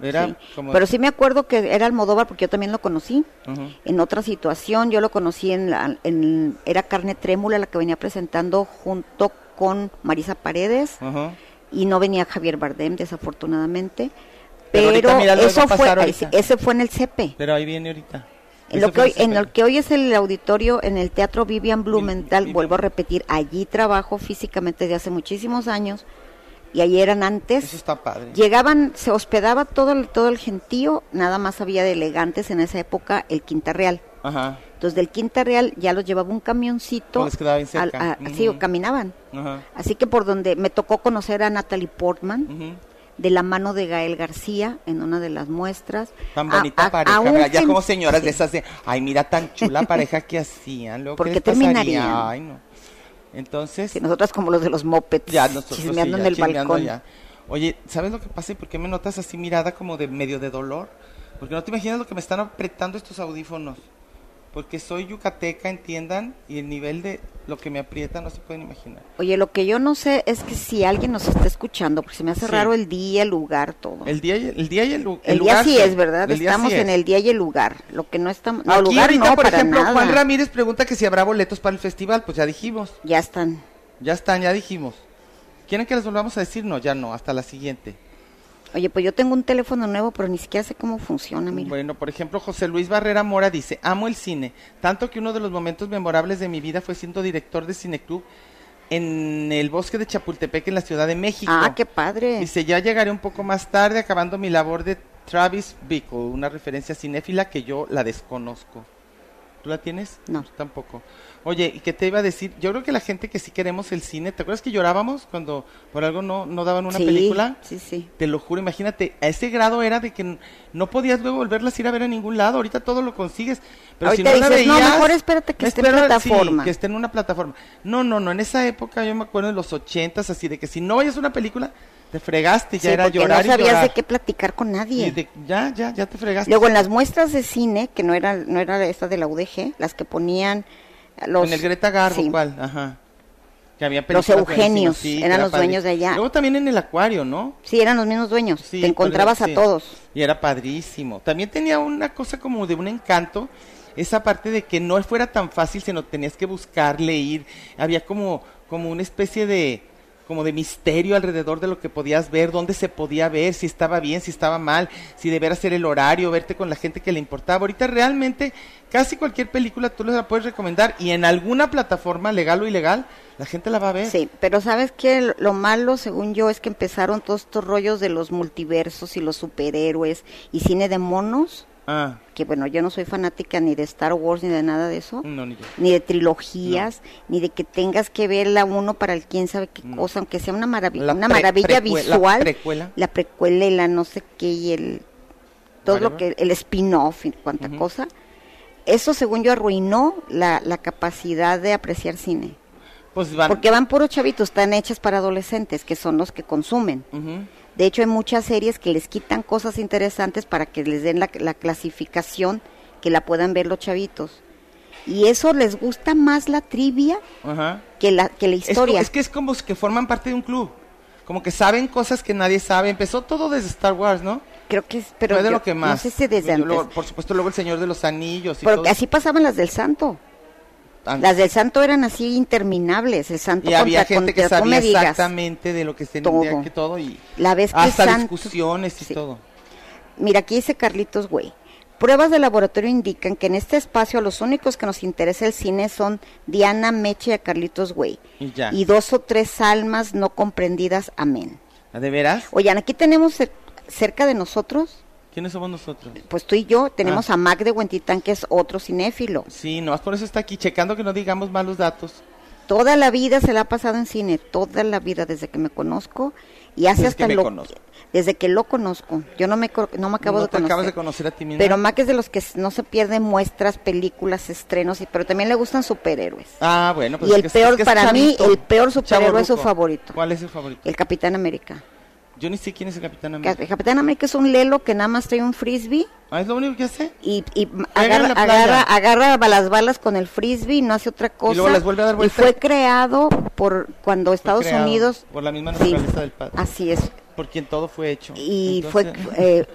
Speaker 3: Era
Speaker 5: sí.
Speaker 3: como.
Speaker 5: Pero sí me acuerdo que era Almodóvar porque yo también lo conocí.
Speaker 3: Ujú.
Speaker 5: En otra situación, yo lo conocí en, la- en- era Carne Trémula la que venía presentando junto con Marisa Paredes
Speaker 3: Ujú.
Speaker 5: y no venía Javier Bardem, desafortunadamente.
Speaker 3: Pero
Speaker 5: Pero,
Speaker 3: ahorita, mira, lo va
Speaker 5: eso
Speaker 3: a
Speaker 5: fue,
Speaker 3: pasar ahorita.
Speaker 5: ese fue en el CEPE.
Speaker 3: Pero ahí viene ahorita.
Speaker 5: En
Speaker 3: Eso
Speaker 5: lo, que
Speaker 3: fue
Speaker 5: hoy,
Speaker 3: ese
Speaker 5: en lo
Speaker 3: pedo.
Speaker 5: que hoy es el auditorio en el Teatro Vivian Blumenthal,
Speaker 3: Vivian.
Speaker 5: vuelvo a repetir, allí trabajo físicamente desde hace muchísimos años y allí eran antes.
Speaker 3: Eso está padre.
Speaker 5: Llegaban, se hospedaba todo el, todo el gentío, nada más había de elegantes en esa época el Quinta Real.
Speaker 3: Ajá.
Speaker 5: Entonces del Quinta Real ya los llevaba un camioncito.
Speaker 3: O Pues les quedaba bien cerca.
Speaker 5: al- a- sí, o
Speaker 3: Ujú.
Speaker 5: caminaban.
Speaker 3: Ajá.
Speaker 5: Así que por donde me tocó conocer a Natalie Portman
Speaker 3: Ujú.
Speaker 5: de la mano de Gael García en una de las muestras.
Speaker 3: Tan
Speaker 5: A-
Speaker 3: bonita
Speaker 5: a-
Speaker 3: pareja,
Speaker 5: a un
Speaker 3: ¿verdad? Ya
Speaker 5: gen-
Speaker 3: como señoras de
Speaker 5: sí.
Speaker 3: esas de, ay, mira tan
Speaker 5: *laughs*
Speaker 3: chula pareja que hacían. Luego,
Speaker 5: ¿Por
Speaker 3: ¿qué
Speaker 5: qué
Speaker 3: les pasaría?
Speaker 5: terminarían?
Speaker 3: Ay, no. Entonces,
Speaker 5: Sí, nosotras como los de los mopeds,
Speaker 3: ya nosotros sí,
Speaker 5: chismeando
Speaker 3: ya,
Speaker 5: en el
Speaker 3: chismeando
Speaker 5: balcón.
Speaker 3: ya. Oye, ¿sabes lo que pasa y por qué me notas así mirada como de medio de dolor? Porque no te imaginas lo que me están apretando estos audífonos. Porque soy yucateca, entiendan, y el nivel de lo que me aprieta no se pueden imaginar.
Speaker 5: Oye, lo que yo no sé es que si alguien nos está escuchando, porque se me
Speaker 3: Sí.
Speaker 5: hace raro el día, el lugar, todo. El,
Speaker 3: El día y el, el día y el, lu- el
Speaker 5: día
Speaker 3: lugar.
Speaker 5: sí es, ¿verdad?
Speaker 3: el día
Speaker 5: Estamos
Speaker 3: sí es.
Speaker 5: en el día y el lugar. Lo que no estamos... No,
Speaker 3: Aquí
Speaker 5: lugar
Speaker 3: ahorita,
Speaker 5: no,
Speaker 3: por
Speaker 5: para
Speaker 3: ejemplo,
Speaker 5: nada.
Speaker 3: Juan Ramírez pregunta que si habrá boletos para el festival. Pues ya dijimos,
Speaker 5: Ya están.
Speaker 3: ya están, ya dijimos. ¿Quieren que les volvamos a decir? No, ya no, hasta la siguiente.
Speaker 5: Oye, pues yo tengo un teléfono nuevo, pero ni siquiera sé cómo funciona, Ah, mira.
Speaker 3: Bueno, por ejemplo, José Luis Barrera Mora dice, amo el cine, tanto que uno de los momentos memorables de mi vida fue siendo director de Cineclub en el bosque de Chapultepec en la Ciudad de México.
Speaker 5: ah, qué padre.
Speaker 3: Dice, ya llegaré un poco más tarde acabando mi labor de Travis Bickle, una referencia cinéfila que yo la desconozco. ¿Tú la tienes?
Speaker 5: No.
Speaker 3: Yo Tampoco. Oye, ¿y qué te iba a decir? Yo creo que la gente que sí queremos el cine, ¿te acuerdas que llorábamos cuando por algo no, no daban una
Speaker 5: Sí,
Speaker 3: película?
Speaker 5: Sí, sí.
Speaker 3: Te lo juro, imagínate, a ese grado era de que n- no podías luego volverlas a ir a ver a ningún lado. Ahorita todo lo consigues. Pero
Speaker 5: Ahorita
Speaker 3: si no la
Speaker 5: dices, "No,
Speaker 3: veías,
Speaker 5: mejor espérate que
Speaker 3: me
Speaker 5: esté en
Speaker 3: espero- sí,
Speaker 5: plataforma".
Speaker 3: que esté en una plataforma. No, no, no. En esa época yo me acuerdo en los ochentas, así de que si no veías una película, te fregaste. Ya
Speaker 5: Sí,
Speaker 3: era
Speaker 5: porque
Speaker 3: llorar
Speaker 5: no sabías
Speaker 3: y llorar.
Speaker 5: de qué platicar con nadie.
Speaker 3: Y de- ya, ya, ya te fregaste.
Speaker 5: Luego en las muestras de cine, que no era, no era esta de la UDG, las que ponían los...
Speaker 3: En el Greta Garbo,
Speaker 5: Sí.
Speaker 3: ¿cuál? Ajá. Que había
Speaker 5: Los
Speaker 3: películas buenísimas,
Speaker 5: Eugenios,
Speaker 3: sí, que
Speaker 5: eran
Speaker 3: era
Speaker 5: los dueños
Speaker 3: padrísimo.
Speaker 5: de allá.
Speaker 3: Luego también en el acuario, ¿no?
Speaker 5: Sí, eran los mismos dueños.
Speaker 3: Sí,
Speaker 5: Te encontrabas
Speaker 3: pero-
Speaker 5: a
Speaker 3: sí.
Speaker 5: todos.
Speaker 3: Y era padrísimo. También tenía una cosa como de un encanto, esa parte de que no fuera tan fácil, sino tenías que buscar, leer. Había como, como una especie de como de misterio alrededor de lo que podías ver, dónde se podía ver, si estaba bien, si estaba mal, si deber hacer el horario, verte con la gente que le importaba. Ahorita realmente casi cualquier película tú la puedes recomendar y en alguna plataforma, legal o ilegal, la gente la va a ver.
Speaker 5: Sí, pero ¿sabes qué? Lo malo, según yo, es que empezaron todos estos rollos de los multiversos y los superhéroes y cine de monos,
Speaker 3: Ah,
Speaker 5: que bueno, yo no soy fanática ni de Star Wars ni de nada de eso,
Speaker 3: no, ni yo.
Speaker 5: ni de trilogías, ni de que tengas que ver la uno para el quién sabe qué cosa, aunque sea una, maravi-
Speaker 3: Mm. La
Speaker 5: una
Speaker 3: pre-
Speaker 5: maravilla
Speaker 3: precue- la
Speaker 5: visual,
Speaker 3: precuela.
Speaker 5: la precuela y la no sé qué y el todo lo que
Speaker 3: Whatever.
Speaker 5: el spin-off y cuánta cosa. Eso, según yo, arruinó la, la capacidad de apreciar cine.
Speaker 3: Pues van.
Speaker 5: Porque van puros chavitos, están hechas para adolescentes, que son los que consumen.
Speaker 3: Ujú.
Speaker 5: De hecho, hay muchas series que les quitan cosas interesantes para que les den la, la clasificación que la puedan ver los chavitos. Y eso les gusta más la trivia
Speaker 3: Ajá.
Speaker 5: que la, que la
Speaker 3: Es
Speaker 5: historia.
Speaker 3: co- Es, que es como que forman parte de un club. Como que saben cosas que nadie sabe. Empezó todo desde Star Wars, ¿no?
Speaker 5: Creo que es, pero
Speaker 3: Fue de
Speaker 5: yo-
Speaker 3: lo que más.
Speaker 5: no sé si desde
Speaker 3: Yo
Speaker 5: antes.
Speaker 3: luego- por supuesto, luego el Señor de los Anillos. Y
Speaker 5: porque
Speaker 3: todo.
Speaker 5: así pasaban las del santo.
Speaker 3: Ah,
Speaker 5: Las del santo eran así interminables. El santo
Speaker 3: y había
Speaker 5: contra,
Speaker 3: gente que
Speaker 5: contra- tú
Speaker 3: sabía
Speaker 5: me digas.
Speaker 3: exactamente de lo que se tenía
Speaker 5: Todo.
Speaker 3: que todo. Y
Speaker 5: La vez que
Speaker 3: hasta
Speaker 5: Santos-
Speaker 3: discusiones y
Speaker 5: Sí.
Speaker 3: todo.
Speaker 5: Mira, aquí dice Carlitos Güey. Pruebas de laboratorio indican que en este espacio a los únicos que nos interesa el cine son Diana Meche y a Carlitos Güey.
Speaker 3: Y ya.
Speaker 5: Y dos o tres almas no comprendidas. Amén.
Speaker 3: ¿Ah, ¿De veras?
Speaker 5: Oigan, aquí tenemos cer- cerca de nosotros,
Speaker 3: ¿Quiénes somos nosotros?
Speaker 5: pues tú y yo, tenemos
Speaker 3: Ah.
Speaker 5: a Mac de Huentitán, que es otro cinéfilo.
Speaker 3: Sí, nomás por eso está aquí, checando que no digamos malos datos.
Speaker 5: Toda la vida se la ha pasado en cine, toda la vida desde que me conozco y hace
Speaker 3: Desde
Speaker 5: hasta
Speaker 3: que me
Speaker 5: lo
Speaker 3: conozco.
Speaker 5: desde que lo conozco. Yo no me cor- no me acabo
Speaker 3: no
Speaker 5: de
Speaker 3: te
Speaker 5: conocer.
Speaker 3: acabas de conocer a ti mismo.
Speaker 5: Pero Mac es de los que s- no se pierden muestras, películas, estrenos, y, pero también le gustan superhéroes.
Speaker 3: Ah, bueno. pues
Speaker 5: Y
Speaker 3: es
Speaker 5: el
Speaker 3: que es-
Speaker 5: peor
Speaker 3: es que es
Speaker 5: para mí,
Speaker 3: chavito,
Speaker 5: el peor superhéroe es su
Speaker 3: chavorruco.
Speaker 5: favorito.
Speaker 3: ¿Cuál es su favorito?
Speaker 5: El Capitán América.
Speaker 3: Yo ni sé quién es el Capitán
Speaker 5: Ca-
Speaker 3: América.
Speaker 5: El Capitán América es un lelo que nada más trae un frisbee
Speaker 3: Ah, es lo único que hace.
Speaker 5: y, y m-
Speaker 3: Juega en
Speaker 5: agarra,
Speaker 3: la playa.
Speaker 5: agarra, agarra ba- las balas con el frisbee y no hace otra cosa.
Speaker 3: luego las vuelve a dar
Speaker 5: Y
Speaker 3: vuelta.
Speaker 5: fue creado por cuando Estados
Speaker 3: creado
Speaker 5: Unidos...
Speaker 3: por la misma
Speaker 5: Sí,
Speaker 3: naturaleza del padre.
Speaker 5: Así es.
Speaker 3: Por quien todo fue hecho.
Speaker 5: Y
Speaker 3: Entonces-
Speaker 5: fue... eh,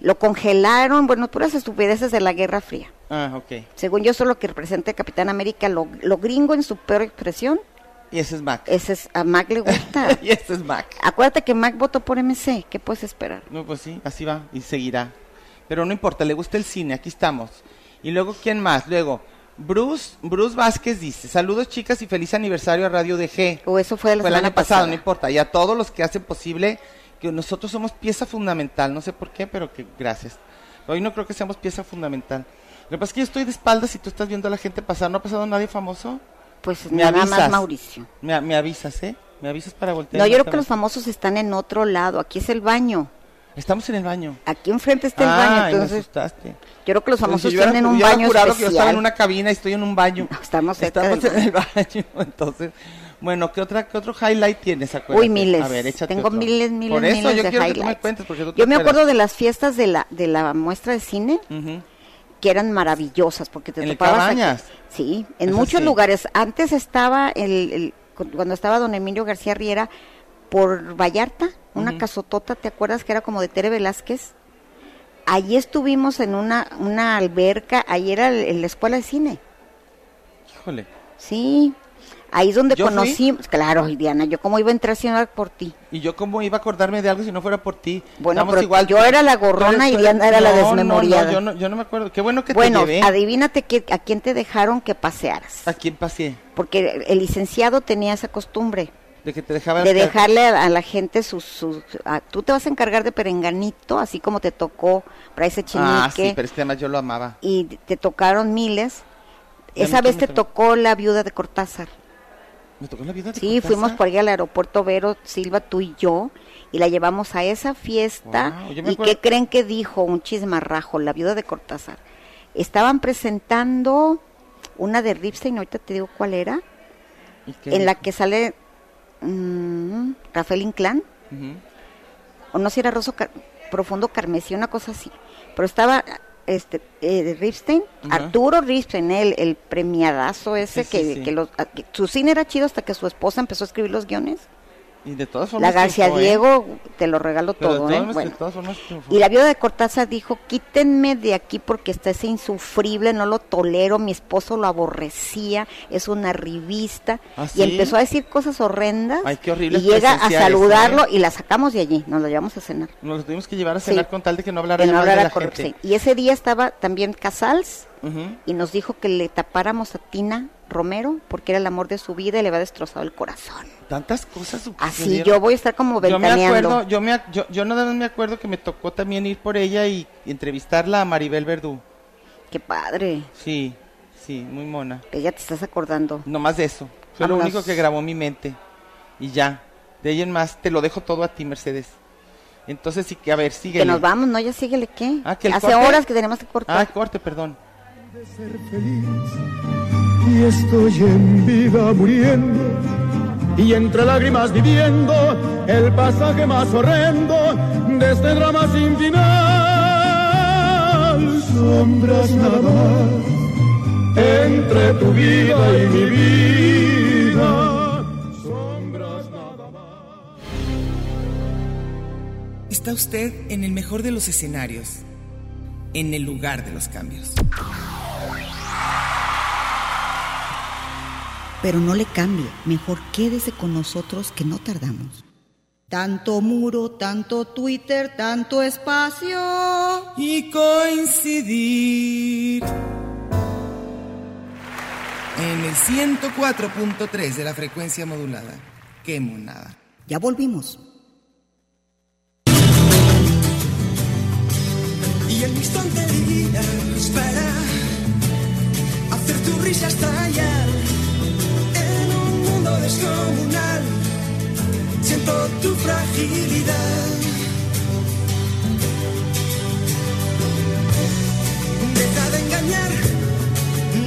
Speaker 5: lo congelaron, bueno, puras estupideces de la Guerra Fría.
Speaker 3: Ah, ok.
Speaker 5: Según yo, eso es lo que representa el Capitán América, lo, lo gringo en su peor expresión,
Speaker 3: Y ese es Mac.
Speaker 5: ese es, a Mac le gusta.
Speaker 3: *laughs* y ese es Mac.
Speaker 5: Acuérdate que Mac votó por MC, ¿qué puedes esperar?
Speaker 3: No, pues sí, así va y seguirá. Pero no importa, le gusta el cine, aquí estamos. Y luego, ¿quién más? Luego, Bruce, Bruce Vázquez dice, saludos chicas y feliz aniversario a Radio DG.
Speaker 5: O eso fue de la
Speaker 3: Fue el
Speaker 5: semana
Speaker 3: año pasado,
Speaker 5: pasada.
Speaker 3: no importa. Y a todos los que hacen posible que nosotros somos pieza fundamental. No sé por qué, pero que gracias. Hoy no creo que seamos pieza fundamental. Lo que pasa es que yo estoy de espaldas y tú estás viendo a la gente pasar. ¿No ha pasado nadie famoso?
Speaker 5: Pues
Speaker 3: Me
Speaker 5: nada
Speaker 3: avisas.
Speaker 5: más Mauricio.
Speaker 3: Me, a- me avisas, ¿eh? Me avisas para voltear.
Speaker 5: No, yo
Speaker 3: más
Speaker 5: creo que los
Speaker 3: tarde.
Speaker 5: famosos están en otro lado, aquí es el baño,
Speaker 3: Estamos en el baño.
Speaker 5: aquí enfrente está Este el
Speaker 3: Ay,
Speaker 5: baño,
Speaker 3: me
Speaker 5: entonces
Speaker 3: asustaste.
Speaker 5: yo creo que los
Speaker 3: Entonces,
Speaker 5: famosos
Speaker 3: yo era-
Speaker 5: tienen un
Speaker 3: yo era
Speaker 5: baño
Speaker 3: jurado
Speaker 5: especial.
Speaker 3: que yo estaba en una cabina y estoy en un baño.
Speaker 5: No, *laughs* estamos cerca
Speaker 3: Estamos
Speaker 5: del
Speaker 3: en el baño, *laughs* entonces. Bueno, ¿qué, otra, ¿qué otro highlight tienes? Acuérdate?
Speaker 5: Uy, miles.
Speaker 3: A ver, échate
Speaker 5: Tengo
Speaker 3: otro.
Speaker 5: miles, miles,
Speaker 3: Por eso
Speaker 5: miles
Speaker 3: yo quiero
Speaker 5: de
Speaker 3: que tú me
Speaker 5: highlights.
Speaker 3: cuentes, porque tú te
Speaker 5: yo me
Speaker 3: acuerdas.
Speaker 5: acuerdo de las fiestas de la, de la muestra de cine,
Speaker 3: Ujú.
Speaker 5: que eran maravillosas, porque te
Speaker 3: En el
Speaker 5: topabas aquí-
Speaker 3: Cabañas.
Speaker 5: Sí, en
Speaker 3: Eso
Speaker 5: muchos
Speaker 3: sí.
Speaker 5: lugares. Antes estaba el, el- cu- cuando estaba don Emilio García Riera por Vallarta, una casotota, ¿te acuerdas que era como de Tere Velázquez? Allí estuvimos en una, una alberca, ahí era el- el- la escuela de cine.
Speaker 3: Híjole.
Speaker 5: Sí. Ahí es donde
Speaker 3: ¿Yo fui?
Speaker 5: conocimos, claro, ay, Diana, yo cómo iba a entrar si no era por ti.
Speaker 3: ¿Y yo cómo iba a acordarme de algo si no fuera por ti?
Speaker 5: Bueno,
Speaker 3: Estamos
Speaker 5: pero yo era la gorrona y
Speaker 3: Tú eres-
Speaker 5: Diana era la
Speaker 3: No, no,
Speaker 5: desmemoriada.
Speaker 3: No, yo, no, yo no me acuerdo. Qué bueno que
Speaker 5: bueno,
Speaker 3: te llevé.
Speaker 5: adivínate que, a quién te dejaron que pasearas.
Speaker 3: ¿A quién pasé?
Speaker 5: Porque el licenciado tenía esa costumbre
Speaker 3: De que te dejaba...
Speaker 5: de dejarle a, a la gente sus... sus- a- tú te vas a encargar de perenganito, así como te tocó para ese chinique.
Speaker 3: Ah, sí, pero este además yo lo amaba.
Speaker 5: Y te tocaron miles.
Speaker 3: Ya
Speaker 5: Esa
Speaker 3: me
Speaker 5: vez te
Speaker 3: tomé-
Speaker 5: tocó la viuda de Cortázar.
Speaker 3: Me tocó la vida de
Speaker 5: Sí, fuimos
Speaker 3: Cortázar.
Speaker 5: por ahí al aeropuerto Vero Silva, tú y yo, y la llevamos a esa fiesta.
Speaker 3: Guau, yo me
Speaker 5: ¿Y
Speaker 3: acuerdo-
Speaker 5: qué creen que dijo un chismarrajo, la viuda de Cortázar? Estaban presentando una de Ripstein, ahorita te digo cuál era,
Speaker 3: ¿Y qué?
Speaker 5: en la que sale mm, Rafael Inclán,
Speaker 3: Ujú.
Speaker 5: o no sé si era Rosso Car- Profundo Carmesí, una cosa así. Pero estaba este eh, Ripstein,
Speaker 3: Ajá.
Speaker 5: Arturo Ripstein, el, el premiadazo ese
Speaker 3: Sí, sí,
Speaker 5: que,
Speaker 3: sí.
Speaker 5: que los- a- que su cine era chido hasta que su esposa empezó a escribir los guiones.
Speaker 3: Y de todas formas
Speaker 5: La García
Speaker 3: triunfó, ¿eh?
Speaker 5: Diego, te lo regalo
Speaker 3: Pero
Speaker 5: todo,
Speaker 3: de,
Speaker 5: ¿eh?
Speaker 3: todas, de
Speaker 5: Bueno.
Speaker 3: todas formas triunfó.
Speaker 5: Y la viuda de Cortázar dijo, quítenme de aquí porque está ese insufrible, no lo tolero, mi esposo lo aborrecía, es una revista.
Speaker 3: ¿Ah, sí?
Speaker 5: Y empezó a decir cosas horrendas.
Speaker 3: Ay, qué horribles
Speaker 5: y llega a
Speaker 3: presenciales,
Speaker 5: saludarlo
Speaker 3: ¿eh?
Speaker 5: y la sacamos de allí, nos la llevamos a cenar.
Speaker 3: Nos lo tuvimos que llevar a
Speaker 5: Sí.
Speaker 3: cenar con tal de que no hablara
Speaker 5: Que no
Speaker 3: ya mal
Speaker 5: hablara
Speaker 3: de la
Speaker 5: con-
Speaker 3: gente.
Speaker 5: sí. Y ese día estaba también Casals
Speaker 3: Ujú.
Speaker 5: y nos dijo que le tapáramos a Tina Romero porque era el amor de su vida y le había destrozado el corazón.
Speaker 3: Tantas cosas su-
Speaker 5: Así,
Speaker 3: sucedieron.
Speaker 5: yo voy a estar como
Speaker 3: Yo me
Speaker 5: ventaneando.
Speaker 3: acuerdo, yo, me, ac- yo, yo nada más me acuerdo que me tocó también ir por ella y, y entrevistarla a Maribel Verdú.
Speaker 5: Qué padre.
Speaker 3: Sí, sí, muy mona.
Speaker 5: Pues ya te estás acordando.
Speaker 3: No más de eso. Fue
Speaker 5: Vámonos.
Speaker 3: lo único que grabó mi mente. Y ya. De ahí en más, te lo dejo todo a ti, Mercedes. Entonces sí que, a ver, síguele.
Speaker 5: Que nos vamos, ¿no? Ya síguele, ¿qué?
Speaker 3: Ah, que el
Speaker 5: Hace
Speaker 3: corte.
Speaker 5: horas que tenemos que
Speaker 3: Ah,
Speaker 5: cortar.
Speaker 3: corte, perdón.
Speaker 4: ser feliz y estoy en vida muriendo y entre lágrimas viviendo el pasaje más horrendo de este drama sin final. Sombras nada más entre tu vida y mi vida. Sombras nada más.
Speaker 6: Está usted en el mejor de los escenarios, en el lugar de los cambios.
Speaker 2: Pero no le cambie, mejor quédese con nosotros que no tardamos. Tanto muro, tanto Twitter, tanto espacio.
Speaker 6: y coincidir. En el 104.3 de la frecuencia modulada. Qué monada.
Speaker 2: Ya volvimos.
Speaker 4: Y en mis tonterías para hacer tu risa estallar en un mundo descomunal. Siento tu fragilidad. Deja de engañar,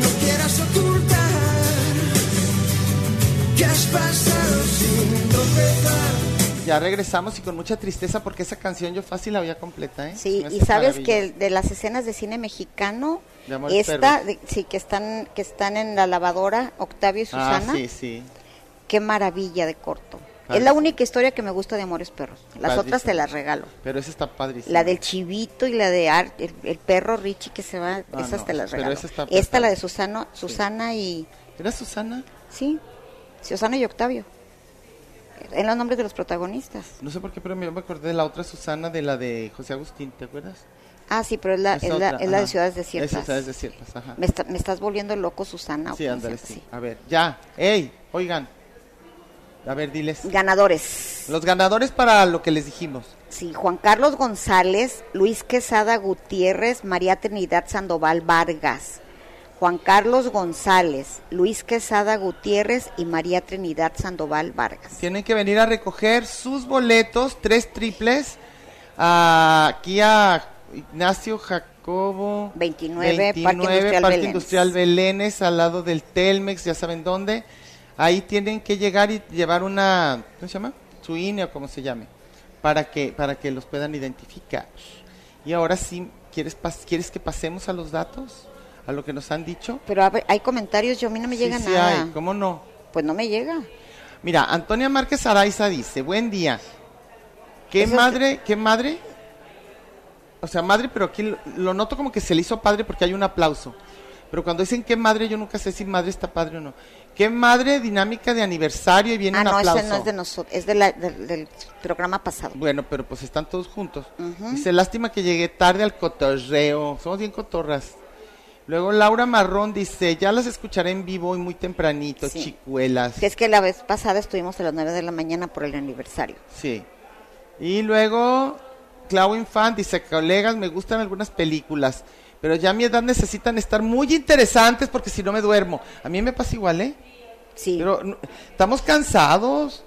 Speaker 4: no quieras ocultar que has pasado sin tropezar.
Speaker 3: Ya regresamos y con mucha tristeza porque esa canción yo fácil la había completa, ¿eh?
Speaker 5: Sí,
Speaker 3: Me
Speaker 5: y
Speaker 3: hace
Speaker 5: sabes
Speaker 3: maravilla.
Speaker 5: que de las escenas de cine mexicano,
Speaker 3: De amores
Speaker 5: esta,
Speaker 3: perros.
Speaker 5: de- sí, que están, que están en la lavadora, Octavio y
Speaker 3: Ah,
Speaker 5: Susana,
Speaker 3: sí, sí.
Speaker 5: qué maravilla de corto. Es la
Speaker 3: Padrísimo.
Speaker 5: única historia que me gusta de Amores Perros. Las otras
Speaker 3: Padrísimo.
Speaker 5: te las regalo.
Speaker 3: Pero esa está padrísima.
Speaker 5: La del chivito y la de Ar- el, el perro Richie que se va,
Speaker 3: Ah,
Speaker 5: esas
Speaker 3: no,
Speaker 5: te las
Speaker 3: pero
Speaker 5: regalo.
Speaker 3: esa está
Speaker 5: Esta,
Speaker 3: pesada.
Speaker 5: la de Susano, Susana y...
Speaker 3: ¿Era Susana?
Speaker 5: Sí, Susana y Octavio. En los nombres de los protagonistas.
Speaker 3: No sé por qué, pero me- yo me acordé de la otra Susana, de la de José Agustín, ¿te acuerdas?
Speaker 5: Ah, sí, pero es la,
Speaker 3: Esa
Speaker 5: es la,
Speaker 3: otra,
Speaker 5: es la de
Speaker 3: ajá.
Speaker 5: Ciudades
Speaker 3: Es
Speaker 5: Desiertas.
Speaker 3: Ciudades Desiertas, ajá.
Speaker 5: Me, está- me estás volviendo loco, Susana. o
Speaker 3: Sí,
Speaker 5: como
Speaker 3: ándale,
Speaker 5: sea,
Speaker 3: sí. A ver, ya. ¡Ey! Oigan. A ver, diles.
Speaker 5: sí. Ganadores.
Speaker 3: Los ganadores para lo que les dijimos.
Speaker 5: Sí, Juan Carlos González, Luis Quesada Gutiérrez, María Trinidad Sandoval Vargas. Juan Carlos González, Luis Quesada Gutiérrez y María Trinidad Sandoval Vargas.
Speaker 3: Tienen que venir a recoger sus boletos, tres triples, a- aquí a Ignacio Jacobo
Speaker 5: 29, Parque Industrial
Speaker 3: Parque
Speaker 5: Belénes.
Speaker 3: Industrial Belénes, al lado del Telmex, ya saben dónde. Ahí tienen que llegar y llevar una, ¿cómo se llama? Su INE o como se llame, para que, para que los puedan identificar. Y ahora sí, ¿Quieres, pas- ¿Quieres que pasemos a los datos? ¿A lo que nos han dicho?
Speaker 5: Pero a ver, hay comentarios, yo a mí no me
Speaker 3: Sí,
Speaker 5: llega
Speaker 3: sí
Speaker 5: nada.
Speaker 3: hay, ¿Cómo no?
Speaker 5: Pues no me llega.
Speaker 3: Mira, Antonia Márquez Araiza dice, buen día. ¿Qué
Speaker 5: Eso es-
Speaker 3: madre, qué madre? O sea, madre, pero aquí lo, lo noto como que se le hizo padre porque hay un aplauso. Pero cuando dicen qué madre, yo nunca sé si madre está padre o no. ¿Qué madre dinámica de aniversario y viene
Speaker 5: ah,
Speaker 3: un
Speaker 5: no,
Speaker 3: aplauso?
Speaker 5: ese no es de nosotros, es de la- del- del programa pasado.
Speaker 3: Bueno, pero pues están todos juntos. Dice, lástima que llegué tarde al cotorreo. Somos bien cotorras. Luego Laura Marrón dice, ya las escucharé en vivo y muy tempranito,
Speaker 5: Sí.
Speaker 3: chicuelas.
Speaker 5: Que es que la vez pasada estuvimos a las 9 de la mañana por el aniversario.
Speaker 3: Sí. Y luego, Clau Infant dice, colegas, me gustan algunas películas, pero ya a mi edad necesitan estar muy interesantes porque si no me duermo. A mí me pasa igual, ¿eh?
Speaker 5: Sí.
Speaker 3: Pero no- estamos cansados.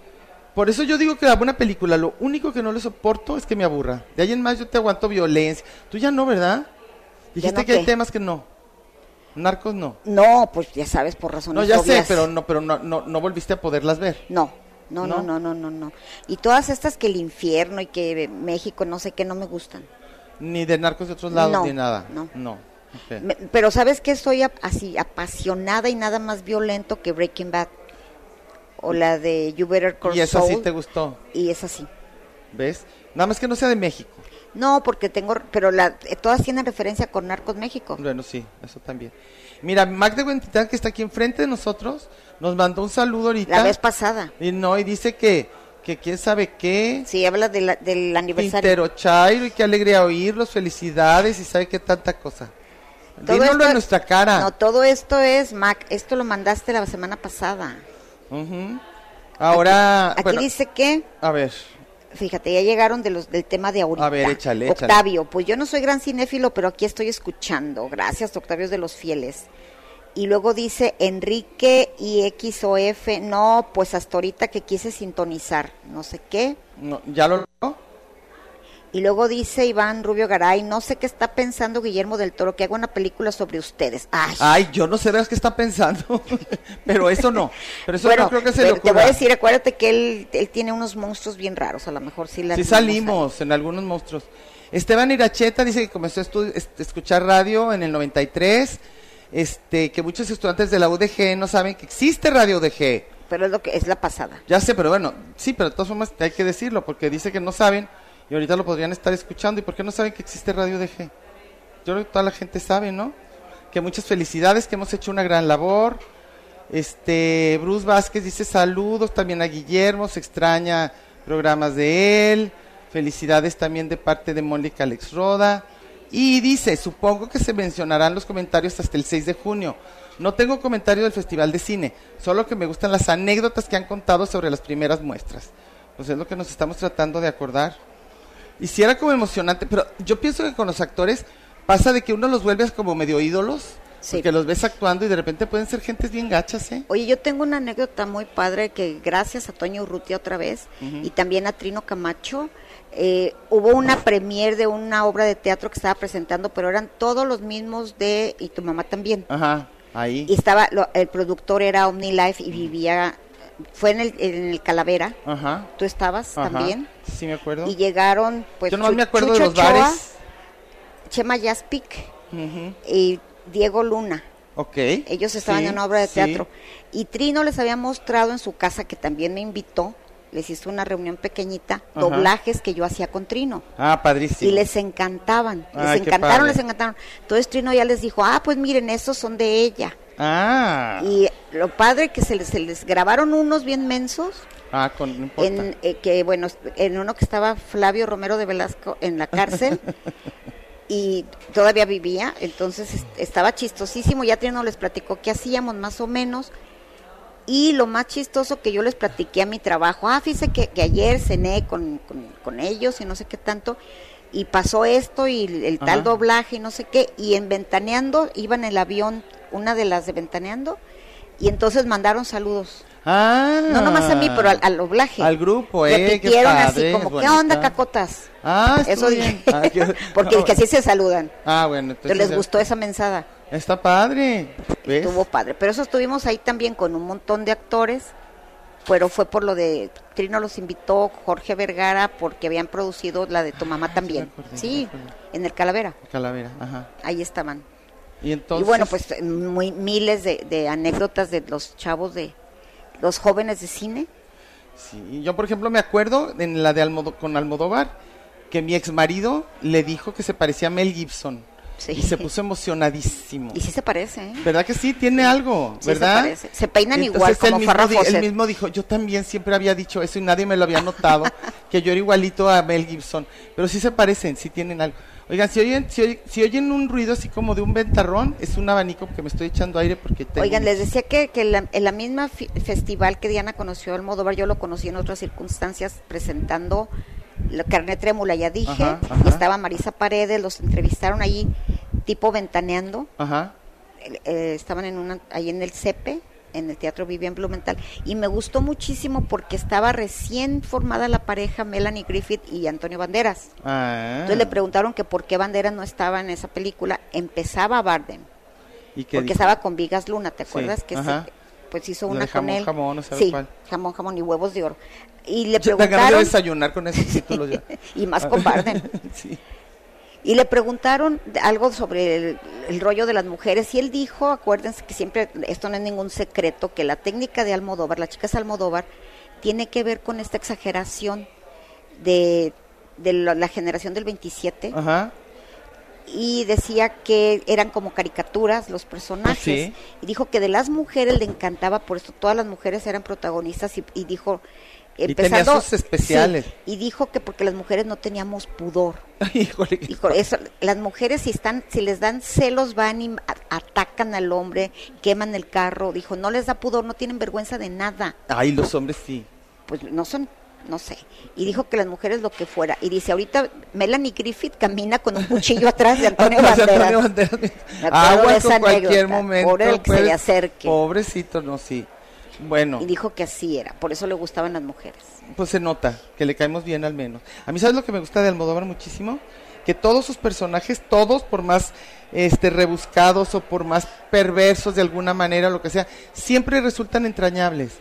Speaker 3: Por eso yo digo que la buena película, lo único que no le soporto es que me aburra. De ahí en más yo te aguanto violencia. Tú ya no, ¿verdad? Dijiste
Speaker 5: no
Speaker 3: que hay
Speaker 5: qué?
Speaker 3: temas que no. Narcos no.
Speaker 5: No, pues ya sabes, por razones
Speaker 3: No, ya sé,
Speaker 5: obvias.
Speaker 3: pero no, pero no, no, no volviste a poderlas ver.
Speaker 5: No, no, no,
Speaker 3: ¿No?
Speaker 5: no, no, no, no. Y todas estas que el infierno y que México, no sé qué, no me gustan.
Speaker 3: Ni de narcos de otros lados,
Speaker 5: No,
Speaker 3: ni nada.
Speaker 5: no.
Speaker 3: Ok.
Speaker 5: Me- pero sabes que soy ap- así apasionada y nada más violento que Breaking Bad o la de You Better Call
Speaker 3: Y esa sí
Speaker 5: Saul,
Speaker 3: te gustó,
Speaker 5: y es así.
Speaker 3: ¿ves? Nada más que no sea de México.
Speaker 5: No, porque tengo, pero la, eh, todas tienen referencia con Narcos México.
Speaker 3: Bueno, sí, eso también. Mira, Mac de Huentitán, que está aquí enfrente de nosotros, nos mandó un saludo ahorita.
Speaker 5: La vez pasada.
Speaker 3: Y no, y dice que, que quién sabe qué.
Speaker 5: Sí, habla de la- del aniversario.
Speaker 3: Pintero Chairo, y qué alegría oírlos, felicidades, y sabe qué tanta cosa.
Speaker 5: Todo
Speaker 3: Dínoslo
Speaker 5: esto-
Speaker 3: en nuestra cara.
Speaker 5: No, todo esto es Mac. Esto lo mandaste la semana pasada.
Speaker 3: Ujú. Ahora,
Speaker 5: Aquí
Speaker 3: Ah, bueno,
Speaker 5: dice que
Speaker 3: a ver,
Speaker 5: Fíjate, ya llegaron de los, del tema de ahorita.
Speaker 3: A ver, échale, échale.
Speaker 5: Octavio, pues yo no soy gran cinéfilo, pero aquí estoy escuchando. Gracias, Octavio es de los Fieles. Y luego dice Enrique IXOF, no, pues hasta ahorita que quise sintonizar, no sé qué.
Speaker 3: no, ¿ya lo logró?
Speaker 5: Y luego dice Iván Rubio Garay, no sé qué está pensando Guillermo del Toro, que haga una película sobre ustedes. Ay,
Speaker 3: Ay, yo no sé de las que está pensando, *laughs* pero eso no. Pero eso no creo que se le
Speaker 5: pero te voy a
Speaker 3: ocurra.
Speaker 5: decir, acuérdate que él, él tiene unos monstruos bien raros, a lo mejor sí la
Speaker 3: Sí
Speaker 5: armamos ahí.
Speaker 3: salimos en algunos monstruos. Esteban Iracheta dice que comenzó a estu- es- escuchar radio en el 93, este, que muchos estudiantes de la UDG no saben que existe radio UDG.
Speaker 5: Pero es lo que es la pasada.
Speaker 3: Ya sé, pero bueno, sí, pero de todas formas hay que decirlo, porque dice que no saben y ahorita lo podrían estar escuchando. ¿Y por qué no saben que existe radio UDG? Yo creo que toda la gente sabe, ¿no? Que muchas felicidades, que hemos hecho una gran labor. Este, Bruce Vázquez dice saludos también a Guillermo, se extraña programas de él. Felicidades también de parte de Mónica Alex Roda. Y dice, supongo que se mencionarán los comentarios hasta el 6 de junio. No tengo comentario del Festival de Cine, solo que me gustan las anécdotas que han contado sobre las primeras muestras. Pues es lo que nos estamos tratando de acordar. Y si era como emocionante, pero yo pienso que con los actores pasa de que uno los vuelve como medio ídolos,
Speaker 5: Sí.
Speaker 3: porque los ves actuando y de repente pueden ser gentes bien gachas, ¿eh?
Speaker 5: Oye, yo tengo una anécdota muy padre que gracias a Toño Urrutia otra vez y también a Trino Camacho, eh, hubo una premier de una obra de teatro que estaba presentando, pero eran todos los mismos de Y tu mamá también.
Speaker 3: Ajá, ahí.
Speaker 5: Y estaba, lo- el productor era OmniLife y vivía, fue en el, en el Calavera,
Speaker 3: Ajá.
Speaker 5: tú estabas
Speaker 3: ajá.
Speaker 5: también.
Speaker 3: Sí, me acuerdo.
Speaker 5: Y llegaron, pues,
Speaker 3: Yo nomás
Speaker 5: Chu-
Speaker 3: me acuerdo de
Speaker 5: Chucho
Speaker 3: los
Speaker 5: Ochoa,
Speaker 3: bares.
Speaker 5: Chema Yaspic
Speaker 3: Ujú,
Speaker 5: y Diego Luna.
Speaker 3: Ok.
Speaker 5: Ellos estaban
Speaker 3: Sí,
Speaker 5: en una obra de
Speaker 3: sí.
Speaker 5: teatro. Y Trino les había mostrado en su casa, que también me invitó, les hizo una reunión pequeñita,
Speaker 3: Ajá.
Speaker 5: doblajes que yo hacía con Trino.
Speaker 3: Ah, padrísimo.
Speaker 5: Y les encantaban, les
Speaker 3: Ay, qué
Speaker 5: encantaron,
Speaker 3: padre.
Speaker 5: les encantaron. Entonces Trino ya les dijo, ah, pues miren, esos son de ella.
Speaker 3: Ah,
Speaker 5: Y lo padre que se les, se les grabaron unos bien mensos,
Speaker 3: ah, con, no importa.
Speaker 5: en, eh, que bueno, en uno que estaba Flavio Romero de Velasco en la
Speaker 3: *laughs*
Speaker 5: cárcel. Y todavía vivía, entonces es- estaba chistosísimo. Ya Trino les platicó qué hacíamos más o menos. Y lo más chistoso que yo les platiqué a mi trabajo, ah, fíjese que, que ayer cené con, con- con ellos y no sé qué tanto, y pasó esto y el, el
Speaker 3: Ajá.
Speaker 5: tal doblaje y no sé qué, y en Ventaneando iban el avión, una de las de Ventaneando, y entonces mandaron saludos.
Speaker 3: Ah.
Speaker 5: No nomás a mí, pero al, al doblaje.
Speaker 3: Al grupo, eh,
Speaker 5: Repitieron
Speaker 3: qué
Speaker 5: así
Speaker 3: padre,
Speaker 5: como,
Speaker 3: es
Speaker 5: ¿qué onda,
Speaker 3: bonita".
Speaker 5: cacotas?
Speaker 3: Ah, estuvo
Speaker 5: Eso
Speaker 3: bien.
Speaker 5: dije,
Speaker 3: Ah, qué-
Speaker 5: *laughs* porque
Speaker 3: ah,
Speaker 5: que así se saludan.
Speaker 3: Ah, bueno,
Speaker 5: Que
Speaker 3: entonces.
Speaker 5: les gustó esa mensada.
Speaker 3: Está padre. ¿Ves?
Speaker 5: Estuvo padre. Pero eso estuvimos ahí también con un montón de actores. pero fue por lo de Trino los invitó Jorge Vergara porque habían producido la de tu mamá
Speaker 3: Ah, sí
Speaker 5: también.
Speaker 3: me acordé,
Speaker 5: Sí,
Speaker 3: me acordé.
Speaker 5: en el Calavera.
Speaker 3: Calavera, ajá.
Speaker 5: Ahí estaban.
Speaker 3: Y entonces.
Speaker 5: y bueno, pues muy, miles de, de anécdotas de los chavos de los jóvenes de cine.
Speaker 3: sí, yo, por ejemplo, me acuerdo en la de Almodo- con Almodóvar que mi ex marido le dijo que se parecía a Mel Gibson.
Speaker 5: Sí.
Speaker 3: Y se puso emocionadísimo.
Speaker 5: Y sí se parece, ¿eh?
Speaker 3: ¿Verdad que sí? Tiene algo,
Speaker 5: Sí, se
Speaker 3: ¿verdad?
Speaker 5: parece. Se peinan
Speaker 3: Y
Speaker 5: igual,
Speaker 3: entonces
Speaker 5: como
Speaker 3: él mismo,
Speaker 5: Farrah
Speaker 3: di-
Speaker 5: Fawcett.
Speaker 3: él mismo dijo, yo también siempre había dicho eso y nadie me lo había
Speaker 5: *laughs*
Speaker 3: notado, que yo era igualito a Mel Gibson. Pero sí se parecen, sí tienen algo. Oigan, si oyen, si oy- si oyen un ruido así como de un ventarrón, es un abanico que me estoy echando aire porque tengo...
Speaker 5: Oigan, les decía que, que la, en la misma fi- festival que Diana conoció a Almodóvar, yo lo conocí en otras circunstancias presentando la carne trémula, ya dije,
Speaker 3: Ajá, ajá.
Speaker 5: y estaba Marisa Paredes, los entrevistaron ahí, tipo ventaneando,
Speaker 3: Ajá.
Speaker 5: eh, eh, estaban en una, ahí en el CEPE, en el Teatro Vivian Blumenthal, y me gustó muchísimo porque estaba recién formada la pareja Melanie Griffith y Antonio Banderas.
Speaker 3: Ah.
Speaker 5: Entonces le preguntaron que por qué Banderas no estaba en esa película, empezaba Bardem
Speaker 3: ¿Y qué
Speaker 5: porque
Speaker 3: dijo?
Speaker 5: estaba con Vigas Luna, ¿te acuerdas? que se-
Speaker 3: ajá.
Speaker 5: pues hizo
Speaker 3: Lo
Speaker 5: una
Speaker 3: de jamón,
Speaker 5: con él.
Speaker 3: jamón, no sabe
Speaker 5: sí,
Speaker 3: cuál.
Speaker 5: jamón, jamón y huevos de oro. Y
Speaker 3: Ya
Speaker 5: le
Speaker 3: te ganas de
Speaker 5: preguntaron
Speaker 3: desayunar con esos títulos
Speaker 5: *laughs*
Speaker 3: ya.
Speaker 5: y más
Speaker 3: *laughs*
Speaker 5: con Bardem.
Speaker 3: sí.
Speaker 5: Y le preguntaron de- algo sobre el, el rollo de las mujeres y él dijo, acuérdense que siempre esto no es ningún secreto que la técnica de Almodóvar, las chicas Almodóvar tiene que ver con esta exageración de de la, la generación del 27
Speaker 3: Ajá.
Speaker 5: y decía que eran como caricaturas los personajes.
Speaker 3: sí.
Speaker 5: Y dijo que de las mujeres le encantaba, por eso todas las mujeres eran protagonistas y, y dijo...
Speaker 3: Y tenía sus especiales.
Speaker 5: sí, y dijo que porque las mujeres no teníamos pudor.
Speaker 3: Híjole. qué-
Speaker 5: Dijo, eso, las mujeres si están, si les dan celos van y a- atacan al hombre, queman el carro. Dijo, no les da pudor, no tienen vergüenza de nada
Speaker 3: Ay, los hombres sí.
Speaker 5: pues no son, no sé. Y dijo que las mujeres lo que fuera. Y dice, ahorita Melanie Griffith camina con un cuchillo
Speaker 3: *laughs*
Speaker 5: atrás de Antonio
Speaker 3: Atrás de Antonio
Speaker 5: Banderas.
Speaker 3: Banderas.
Speaker 5: Me acuerdo
Speaker 3: Agua
Speaker 5: de
Speaker 3: con
Speaker 5: esa
Speaker 3: cualquier
Speaker 5: anécdota.
Speaker 3: momento. pues,
Speaker 5: Pobre el que se le acerque.
Speaker 3: Pobrecito, no, sí. Bueno,
Speaker 5: Y dijo que así era, por eso le gustaban las mujeres.
Speaker 3: pues se nota que le caemos bien al menos. A mí, ¿sabes lo que me gusta de Almodóvar muchísimo? Que todos sus personajes, todos por más este, rebuscados o por más perversos de alguna manera, lo que sea, siempre resultan entrañables.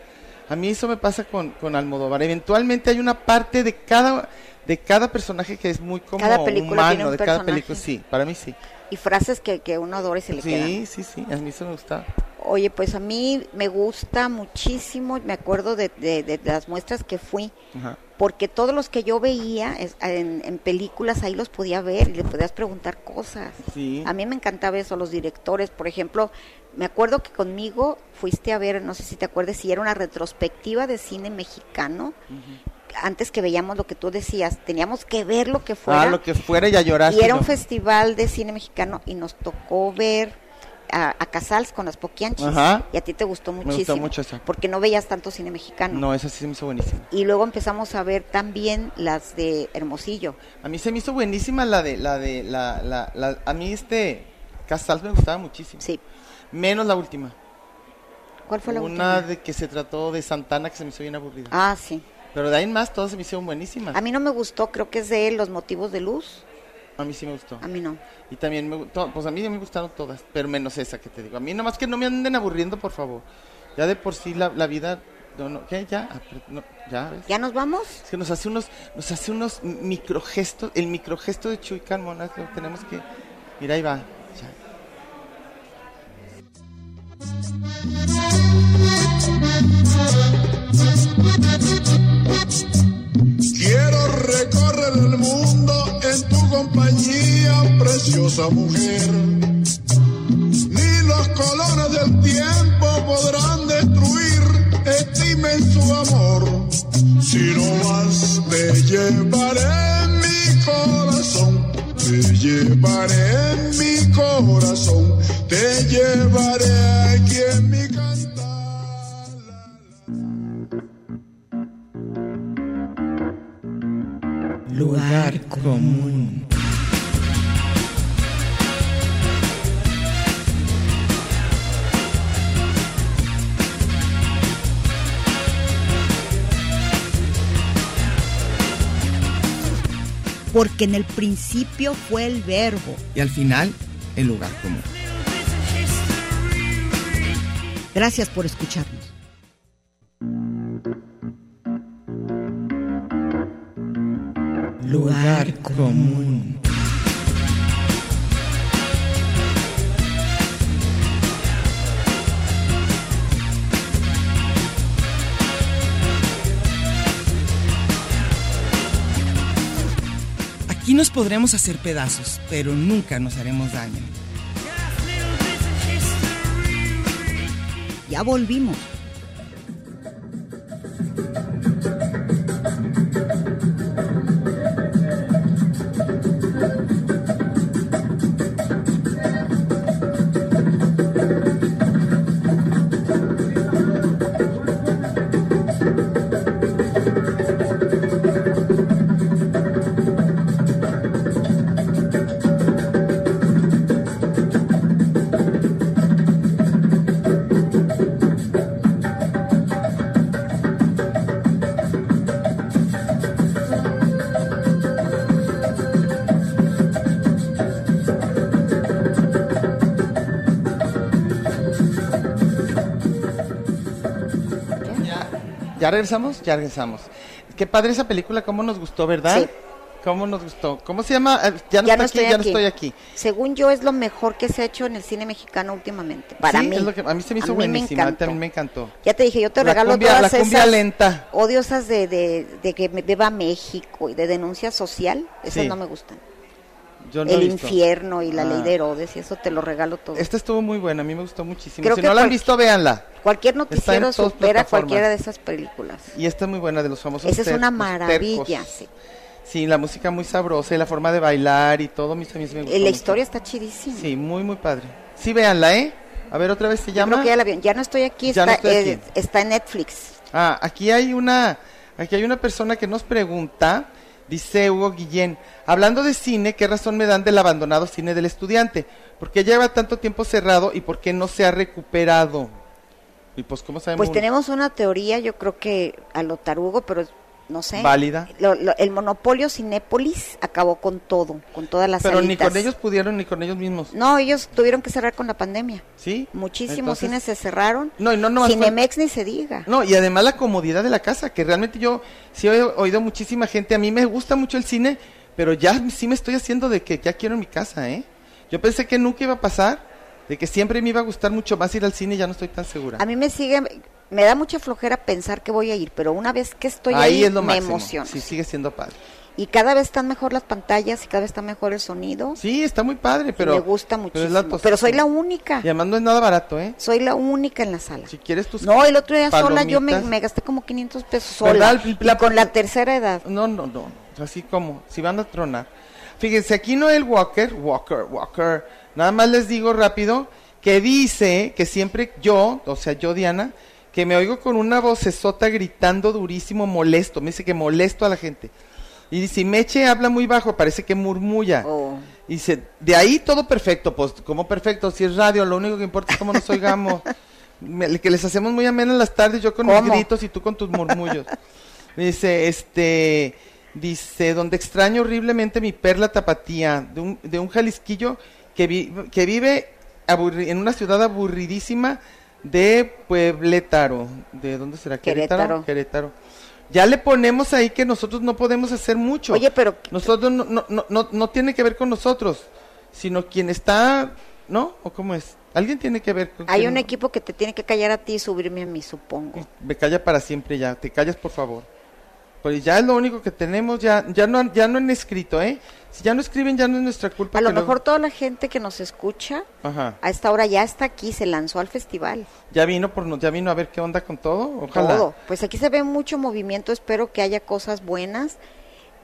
Speaker 3: A mí eso me pasa con, con Almodóvar. Eventualmente hay una parte de cada, de cada personaje que es muy como
Speaker 5: Cada película
Speaker 3: humano,
Speaker 5: tiene un
Speaker 3: de cada
Speaker 5: personaje.
Speaker 3: película, sí, para mí sí.
Speaker 5: Y frases que, que uno adora y se le quedan.
Speaker 3: Sí, sí, sí, a mí eso me gusta.
Speaker 5: Oye, pues a mí me gusta muchísimo, me acuerdo de, de- de las muestras que fui,
Speaker 3: Ajá.
Speaker 5: porque todos los que yo veía es- en, en películas ahí los podía ver y le podías preguntar cosas.
Speaker 3: Sí.
Speaker 5: A mí me encantaba eso, los directores, por ejemplo, me acuerdo que conmigo fuiste a ver, no sé si te acuerdas, si era una retrospectiva de cine mexicano. Antes que veíamos lo que tú decías, teníamos que ver lo que fuera.
Speaker 3: Ah, lo que fuera y a llorar.
Speaker 5: Y era
Speaker 3: sino-
Speaker 5: un festival de cine mexicano y nos tocó ver a, a Casals con las Poquianchis.
Speaker 3: Ajá.
Speaker 5: Y a ti te gustó
Speaker 3: gustó
Speaker 5: muchísimo.
Speaker 3: mucho esa.
Speaker 5: Porque no veías tanto cine mexicano.
Speaker 3: No, esa sí se me hizo buenísima.
Speaker 5: Y luego empezamos a ver también las de Hermosillo.
Speaker 3: A mí se me hizo buenísima la de, la de, la, la, la- a mí este Casals me gustaba muchísimo.
Speaker 5: Sí.
Speaker 3: Menos la última.
Speaker 5: ¿Cuál fue la
Speaker 3: Una
Speaker 5: última?
Speaker 3: de que se trató de Santana que se me hizo bien aburrida.
Speaker 5: Ah, sí.
Speaker 3: Pero de ahí en más todas se me hicieron buenísimas.
Speaker 5: A mí no me gustó, creo que es de Los Motivos de Luz.
Speaker 3: A mí sí me gustó.
Speaker 5: A mí no.
Speaker 3: Y también me gustó, pues a mí me gustaron todas, pero menos esa que te digo. A mí nomás que no me anden aburriendo, por favor. Ya de por sí la, la vida, no, no, ¿qué? Ya, Ah, pero no, ya, ¿ves?
Speaker 5: ¿Ya nos vamos?
Speaker 3: Es que nos hace unos, nos hace unos microgestos, el microgesto de Chuy Carmona lo tenemos que. Mira ahí va. ya.
Speaker 8: Quiero recorrer el mundo en tu compañía, preciosa mujer. Ni los colores del tiempo podrán destruir este inmenso amor. Si no vas, te llevaré en mi corazón. Te llevaré en mi corazón. Te llevaré aquí en mi cantar.
Speaker 6: Lugar común.
Speaker 2: Porque en el principio fue el verbo.
Speaker 6: Y al final, el lugar común.
Speaker 2: Gracias por escucharnos.
Speaker 6: lugar común. Aquí nos podremos hacer pedazos, pero nunca nos haremos daño.
Speaker 2: Ya volvimos.
Speaker 3: ¿Ya regresamos? Ya regresamos. Qué padre esa película, cómo nos gustó, ¿verdad?
Speaker 5: Sí.
Speaker 3: ¿Cómo nos gustó? ¿Cómo se llama? Eh, Ya no, está aquí, ya no estoy aquí.
Speaker 5: Según yo, es lo mejor que se ha hecho en el cine mexicano últimamente. Para
Speaker 3: Sí,
Speaker 5: mí.
Speaker 3: es lo que- a mí se me hizo
Speaker 5: A mí
Speaker 3: buenísima,
Speaker 5: encantó.
Speaker 3: también me encantó.
Speaker 5: Ya te dije, yo te
Speaker 3: La
Speaker 5: regalo
Speaker 3: cumbia-
Speaker 5: todas
Speaker 3: la cumbia
Speaker 5: esas
Speaker 3: lenta.
Speaker 5: odiosas de, de, de que me beba México y de denuncia social. Esas
Speaker 3: Sí.
Speaker 5: no me gustan.
Speaker 3: Yo no
Speaker 5: el
Speaker 3: he visto.
Speaker 5: infierno y la
Speaker 3: Ah.
Speaker 5: ley de Herodes, y eso te lo regalo todo.
Speaker 3: Esta estuvo muy buena, a mí me gustó muchísimo.
Speaker 5: Creo
Speaker 3: si
Speaker 5: que
Speaker 3: no la han
Speaker 5: cual-
Speaker 3: visto, véanla.
Speaker 5: Cualquier
Speaker 3: está en
Speaker 5: noticiero
Speaker 3: todas
Speaker 5: supera
Speaker 3: plataformas.
Speaker 5: cualquiera de esas películas.
Speaker 3: Y esta es muy buena de los famosos.
Speaker 5: Esa es una
Speaker 3: tercos,
Speaker 5: maravilla.
Speaker 3: tercos.
Speaker 5: sí.
Speaker 3: Sí, la música muy sabrosa y la forma de bailar y todo, a mí también se me gustó
Speaker 5: Eh, La
Speaker 3: mucho.
Speaker 5: historia está chidísima.
Speaker 3: Sí, muy, muy padre. Sí, véanla, ¿eh? A ver, otra vez se
Speaker 5: Yo
Speaker 3: llama.
Speaker 5: creo que ya la vieron. Ya no estoy aquí,
Speaker 3: Ya
Speaker 5: está,
Speaker 3: no estoy
Speaker 5: eh,
Speaker 3: aquí.
Speaker 5: está en Netflix.
Speaker 3: Ah, aquí hay una, aquí hay una persona que nos pregunta, dice Hugo Guillén, hablando de cine, ¿qué razón me dan del abandonado cine del estudiante? ¿Por qué lleva tanto tiempo cerrado y por qué no se ha recuperado? Y pues, ¿cómo sabemos?
Speaker 5: Pues tenemos una teoría, yo creo que a lo tarugo, pero es- no sé.
Speaker 3: Válida.
Speaker 5: Lo- lo- el monopolio Cinépolis acabó con todo, con todas las
Speaker 3: Pero ni
Speaker 5: salitas.
Speaker 3: con ellos pudieron, ni con ellos mismos.
Speaker 5: No, ellos tuvieron que cerrar con la pandemia.
Speaker 3: ¿Sí?
Speaker 5: Muchísimos
Speaker 3: Entonces-
Speaker 5: cines se cerraron.
Speaker 3: No, y no nomás fue-
Speaker 5: Cinemex ni se diga.
Speaker 3: No, y además la comodidad de la casa, que realmente yo sí he oído muchísima gente, a mí me gusta mucho el cine, pero ya sí me estoy haciendo de que ya quiero en mi casa, ¿eh? Yo pensé que nunca iba a pasar, de que siempre me iba a gustar mucho más ir al cine, ya no estoy tan segura.
Speaker 5: A mí me sigue, me da mucha flojera pensar que voy a ir, pero una vez que estoy ahí,
Speaker 3: Ahí es lo
Speaker 5: me
Speaker 3: máximo.
Speaker 5: emociono.
Speaker 3: Sí, sigue siendo padre.
Speaker 5: Y cada vez están mejor las pantallas y cada vez está mejor el sonido.
Speaker 3: Sí, está muy padre,
Speaker 5: y
Speaker 3: pero...
Speaker 5: me gusta
Speaker 3: pero es
Speaker 5: muchísimo.
Speaker 3: la
Speaker 5: Pero,
Speaker 3: tos-
Speaker 5: soy la única.
Speaker 3: Y además no es nada barato, ¿eh?
Speaker 5: Soy la única en la sala.
Speaker 3: Si quieres tus
Speaker 5: No, el otro día sola yo me,
Speaker 3: pues, palomitas-
Speaker 5: me gasté como 500 pesos
Speaker 3: ¿Verdad?
Speaker 5: sola.
Speaker 3: El-
Speaker 5: y
Speaker 3: la-
Speaker 5: con la tercera edad.
Speaker 3: No, no, no. Así como, si van a tronar. Fíjense, aquí Noel Walker, Walker, Walker. Nada más les digo rápido que dice que siempre yo, o sea, yo Diana, que me oigo con una vocesota gritando durísimo, molesto. Me dice que molesto a la gente. Y dice, Meche habla muy bajo, parece que murmulla.
Speaker 5: Oh.
Speaker 3: Y dice, de ahí todo perfecto, pues, como perfecto? Si es radio, lo único que importa es cómo nos oigamos. *laughs* Me- que les hacemos muy amenas las tardes, yo con mis
Speaker 5: ¿Cómo?
Speaker 3: gritos y tú con tus murmullos. dice, este, dice, donde extraño horriblemente mi perla tapatía, de un, de un jalisquillo que, vi- que vive aburri- en una ciudad aburridísima de Puebletaro. ¿De dónde será?
Speaker 5: Querétaro.
Speaker 3: Querétaro. Ya le ponemos ahí que nosotros no podemos hacer mucho.
Speaker 5: Oye, pero-
Speaker 3: Nosotros no, no, no, no, no tiene que ver con nosotros, sino quien está, ¿no? ¿O cómo es? Alguien tiene que ver con...
Speaker 5: Hay
Speaker 3: quién-
Speaker 5: un equipo que te tiene que callar a ti y subirme a mí, supongo.
Speaker 3: Me calla para siempre ya, te callas por favor. Pues ya es lo único que tenemos, ya, ya, no, han- ya no han escrito, ¿eh? Si ya no escriben, ya no es nuestra culpa.
Speaker 5: A lo
Speaker 3: que luego-
Speaker 5: mejor toda la gente que nos escucha
Speaker 3: Ajá.
Speaker 5: a esta hora ya está aquí, se lanzó al festival.
Speaker 3: Ya vino, por, no- ya vino a ver qué onda con todo, ojalá.
Speaker 5: Todo. Pues aquí se ve mucho movimiento, espero que haya cosas buenas.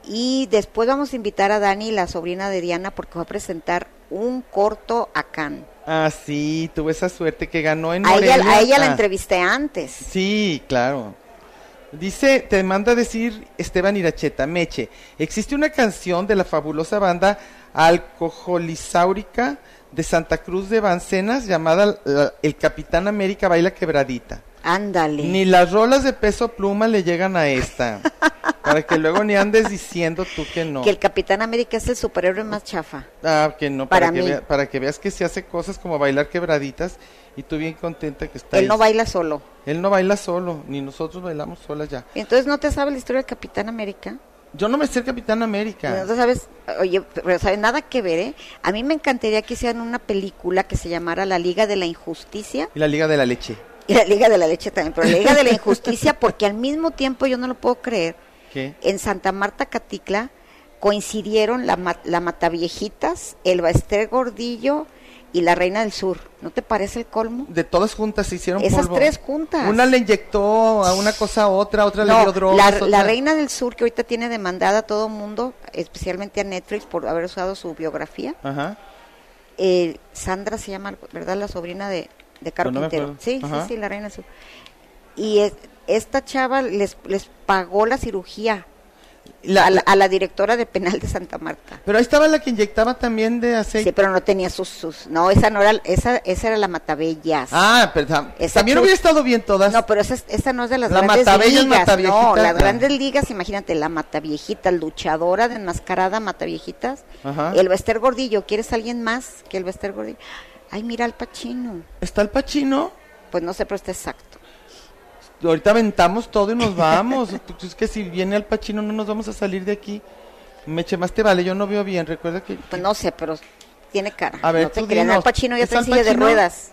Speaker 5: Y después vamos a invitar a Dani, la sobrina de Diana, porque va a presentar un corto a Cannes.
Speaker 3: Ah, sí, tuve esa suerte que ganó en
Speaker 5: A ella,
Speaker 3: Morelia.
Speaker 5: a ella la
Speaker 3: Ah.
Speaker 5: entrevisté antes.
Speaker 3: Sí, claro. Dice, te manda a decir Esteban Iracheta, Meche, existe una canción de la fabulosa banda alcoholisáurica de Santa Cruz de Bancenas llamada la- El Capitán América Baila Quebradita.
Speaker 5: Ándale.
Speaker 3: Ni las rolas de peso pluma le llegan a esta. para que luego ni andes diciendo tú que no.
Speaker 5: Que el Capitán América es el superhéroe más chafa.
Speaker 3: Ah, que no, para,
Speaker 5: Para
Speaker 3: que
Speaker 5: mí.
Speaker 3: vea- para que veas que se hace cosas como bailar quebraditas y tú bien contenta que está
Speaker 5: Él
Speaker 3: ahí.
Speaker 5: no baila solo.
Speaker 3: Él no baila solo, ni nosotros bailamos solas ya.
Speaker 5: Entonces, ¿no te sabes la historia del Capitán América?
Speaker 3: Yo no me sé el Capitán América.
Speaker 5: Entonces, ¿sabes? Oye, pero ¿sabes? Nada que ver, ¿eh? A mí me encantaría que hicieran una película que se llamara La Liga de la Injusticia
Speaker 3: Y la Liga de la Leche.
Speaker 5: y La Liga de la Leche también, pero La Liga de la Injusticia porque al mismo tiempo yo no lo puedo creer.
Speaker 3: ¿Qué?
Speaker 5: En Santa Marta Caticla coincidieron la, ma- la Mataviejitas, el Baester Gordillo y la Reina del Sur. ¿No te parece el colmo?
Speaker 3: De todas juntas se hicieron
Speaker 5: Esas
Speaker 3: polvo.
Speaker 5: tres juntas.
Speaker 3: Una le inyectó a una cosa a otra, otra le
Speaker 5: No,
Speaker 3: dio drogas.
Speaker 5: la,
Speaker 3: otra-
Speaker 5: la reina del sur que ahorita tiene demandada a todo mundo, especialmente a Netflix por haber usado su biografía.
Speaker 3: Ajá.
Speaker 5: Eh, Sandra se llama, ¿verdad? La sobrina de, de
Speaker 3: Pues no me
Speaker 5: Carpintero.
Speaker 3: acuerdo.
Speaker 5: sí,
Speaker 3: Ajá.
Speaker 5: sí, sí, la reina del sur. Y es- esta chava les, les pagó la cirugía
Speaker 3: La-
Speaker 5: a, la, a la directora de penal de Santa Marta.
Speaker 3: Pero ahí estaba la que inyectaba también de
Speaker 5: Sí,
Speaker 3: aceite.
Speaker 5: pero no tenía sus, sus no, esa no era, esa, esa era la Matabellas.
Speaker 3: Ah, pero tam-
Speaker 5: Esa
Speaker 3: también
Speaker 5: cruz-
Speaker 3: hubiera estado bien todas.
Speaker 5: No, pero esa, es- esa no es de las
Speaker 3: La
Speaker 5: grandes
Speaker 3: Matabellas,
Speaker 5: ligas.
Speaker 3: Mataviejita,
Speaker 5: no, las
Speaker 3: no.
Speaker 5: grandes ligas, imagínate, la Mataviejita, luchadora de enmascarada Mataviejitas.
Speaker 3: Ajá.
Speaker 5: El Bester Gordillo, ¿quieres alguien más que el Bester Gordillo? Ay, mira al Pachino.
Speaker 3: Está el Pachino.
Speaker 5: Pues no sé, pero está exacto.
Speaker 3: Ahorita aventamos todo y nos vamos. *laughs* Pues es que si viene al Pachino no nos vamos a salir de aquí. Meche, más te vale, yo no veo bien. Recuerda que.
Speaker 5: Pues no sé, pero tiene cara.
Speaker 3: A ver,
Speaker 5: no te
Speaker 3: tú
Speaker 5: creas,
Speaker 3: dinos,
Speaker 5: Al Pachino ya
Speaker 3: ¿es
Speaker 5: está en
Speaker 3: Al
Speaker 5: silla de
Speaker 3: Pacino?
Speaker 5: ruedas.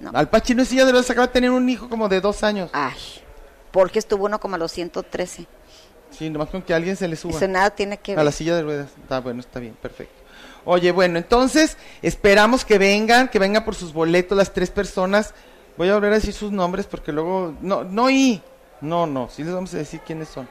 Speaker 5: No. Ah.
Speaker 3: Al Pachino es silla de ruedas, acaba de tener un hijo como de dos años.
Speaker 5: Ay, porque estuvo uno como a los 113.
Speaker 3: Sí, nomás con que alguien se le suba.
Speaker 5: Eso nada tiene que
Speaker 3: A
Speaker 5: ver.
Speaker 3: la silla de ruedas. Está bueno, está bien, perfecto. Oye, bueno, entonces esperamos que vengan, que vengan por sus boletos las tres personas. Voy a volver a decir sus nombres porque luego no no y no, no, sí les vamos a decir quiénes son.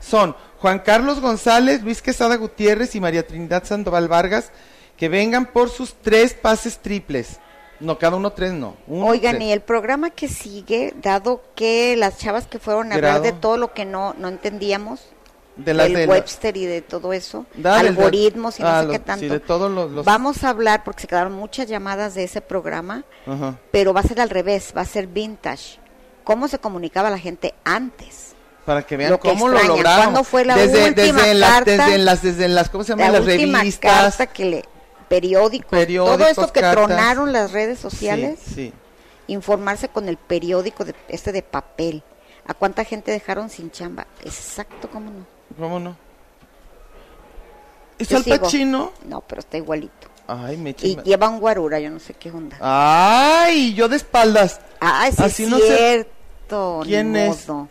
Speaker 3: Son Juan Carlos González, Luis Quesada Gutiérrez y María Trinidad Sandoval Vargas, que vengan por sus tres pases triples. No, cada uno tres, no. Uno,
Speaker 5: Oigan,
Speaker 3: tres.
Speaker 5: y el programa que sigue, dado que las chavas que fueron a
Speaker 3: Grado.
Speaker 5: hablar de todo lo que no, no entendíamos,
Speaker 3: de las
Speaker 5: del
Speaker 3: de la-
Speaker 5: Webster y de todo eso,
Speaker 3: Dale,
Speaker 5: algoritmos y no
Speaker 3: ah,
Speaker 5: sé
Speaker 3: los-
Speaker 5: qué
Speaker 3: sí,
Speaker 5: tanto.
Speaker 3: de todos los- los-
Speaker 5: Vamos a hablar porque se quedaron muchas llamadas de ese programa,
Speaker 3: Ajá.
Speaker 5: pero va a ser al revés, va a ser vintage. ¿Cómo se comunicaba la gente antes?
Speaker 3: Para que vean
Speaker 5: Lo que
Speaker 3: cómo lo
Speaker 5: extrañan.
Speaker 3: lograron.
Speaker 5: ¿Cuándo fue la
Speaker 3: desde,
Speaker 5: última
Speaker 3: desde las,
Speaker 5: carta?
Speaker 3: desde las, desde las, ¿cómo se llaman?
Speaker 5: la
Speaker 3: las
Speaker 5: última
Speaker 3: revistas.
Speaker 5: carta que le periódicos, todo
Speaker 3: Periódicos,
Speaker 5: esto que
Speaker 3: cartas.
Speaker 5: tronaron las redes sociales,
Speaker 3: Sí, sí.
Speaker 5: informarse con el periódico de, este de papel. ¿A cuánta gente dejaron sin chamba? Exacto, ¿cómo no?
Speaker 3: ¿Cómo no? ¿Es
Speaker 5: Yo
Speaker 3: Al
Speaker 5: sigo.
Speaker 3: Pacino?
Speaker 5: No, pero está igualito.
Speaker 3: Ay, me
Speaker 5: Y
Speaker 3: chisma-
Speaker 5: lleva un guarura, yo no sé qué onda.
Speaker 3: Ay, yo de espaldas.
Speaker 5: Ah, sí
Speaker 3: Así
Speaker 5: es
Speaker 3: no sé
Speaker 5: cierto. ni
Speaker 3: quién es.
Speaker 5: modo.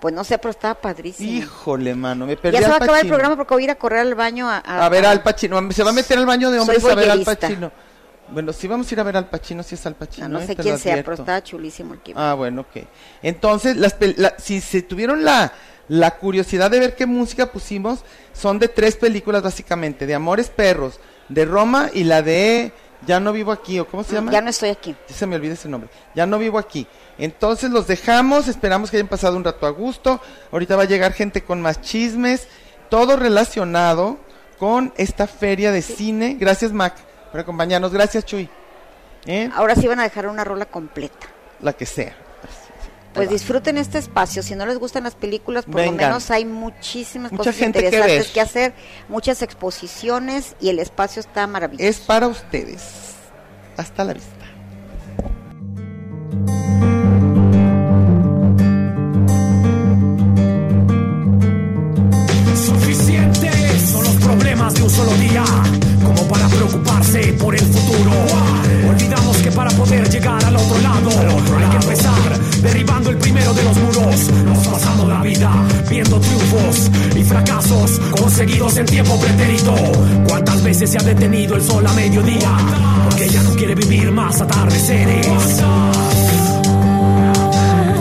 Speaker 5: Pues no sé, pero estaba padrísimo.
Speaker 3: Híjole, mano, me perdí
Speaker 5: ya se
Speaker 3: al
Speaker 5: va a acabar el
Speaker 3: Pacino.
Speaker 5: programa porque voy a ir a correr al baño a...
Speaker 3: A ver al Pacino, se va a meter al baño de
Speaker 5: Soy
Speaker 3: hombres a ver al
Speaker 5: voyerista.
Speaker 3: Pacino. Bueno, sí vamos a ir a ver al Pacino, si es al Pacino.
Speaker 5: No, no
Speaker 3: ¿eh?
Speaker 5: sé
Speaker 3: Te lo
Speaker 5: quién sea, pero
Speaker 3: advierto.
Speaker 5: estaba chulísimo el equipo.
Speaker 3: Ah, bueno, ok. Entonces, las pel- la- si se tuvieron la, la curiosidad de ver qué música pusimos, son de tres películas básicamente, de Amores Perros, de Roma y la de Ya no vivo aquí, o ¿cómo se llama?
Speaker 5: Mm, ya no estoy aquí.
Speaker 3: Ya se me olvida ese nombre. Ya no vivo aquí. Entonces los dejamos, esperamos que hayan pasado un rato a gusto. Ahorita va a llegar gente con más chismes, todo relacionado con esta feria de cine. Gracias, Mac, por acompañarnos. Gracias, Chuy. ¿Eh?
Speaker 5: Ahora sí van a dejar una rola completa.
Speaker 3: La que sea.
Speaker 5: Pues disfruten este espacio. Si no les gustan las películas, por lo
Speaker 3: Vengan.
Speaker 5: menos hay muchísimas
Speaker 3: Mucha
Speaker 5: cosas
Speaker 3: gente que
Speaker 5: interesantes
Speaker 3: ver.
Speaker 5: que, hacer, muchas exposiciones y el espacio está maravilloso.
Speaker 3: Es para ustedes. Hasta la vista.
Speaker 9: Suficientes son los problemas de un solo día, como para preocuparse por el futuro. Olvidamos que para poder llegar al otro lado, hay que empezar derribando el primero de los muros. Nos pasamos la vida viendo triunfos y fracasos conseguidos en tiempo pretérito. ¿Cuántas veces se ha detenido el sol a mediodía? Porque ya no quiere vivir más atardeceres.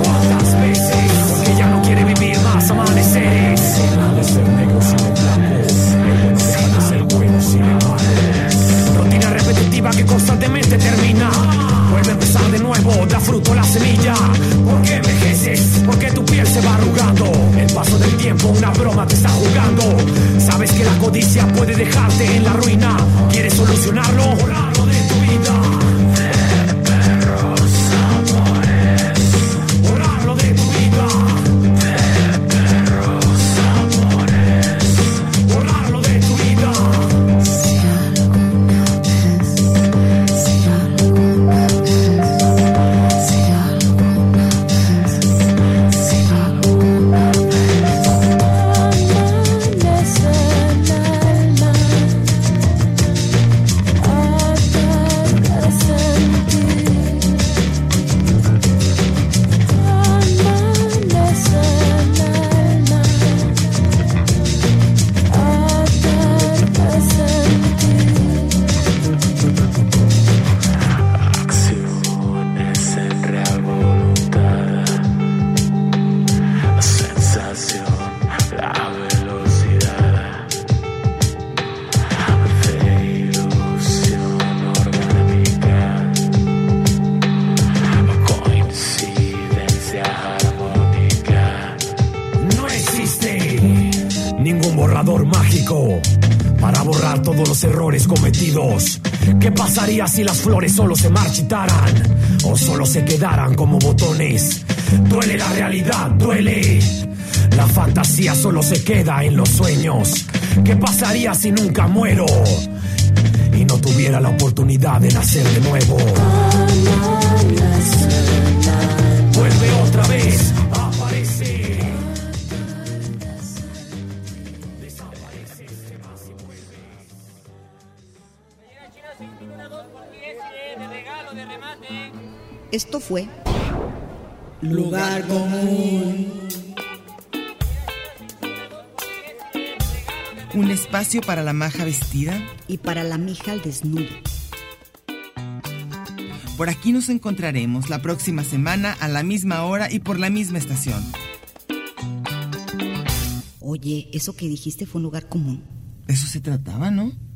Speaker 9: ¿Cuántas veces? Porque ella no quiere vivir más amaneceres. Nada es ser negro sin el blanco. Nada es ser bueno sin el malo. Rutina repetitiva que constantemente termina. Vuelve a empezar de nuevo, da fruto la semilla. ¿Por qué envejeces? Porque tu piel se va arrugando. El paso del tiempo, una broma te está jugando. Sabes que la codicia puede dejarte en la ruina. ¿Quieres solucionarlo? Borrarlo de tu vida. borrarlo de tu vida. Perros, amores, borrarlo de tu vida.
Speaker 10: Si alguna vez, si alguna vez,
Speaker 9: ningún borrador mágico para borrar todos los errores cometidos. ¿Qué pasaría si las flores solo se marchitaran o solo se quedaran como botones? Duele la realidad, duele. La fantasía solo se queda en los sueños. ¿Qué pasaría si nunca muero y no tuviera la oportunidad de nacer de nuevo? Vuelve otra vez, aparece.
Speaker 2: Esto fue
Speaker 10: Lugar común.
Speaker 6: Un espacio para la maja vestida.
Speaker 2: y para la mija al desnudo.
Speaker 6: Por aquí nos encontraremos la próxima semana a la misma hora y por la misma estación.
Speaker 2: Oye, eso que dijiste fue un lugar común.
Speaker 6: De eso se trataba, ¿no?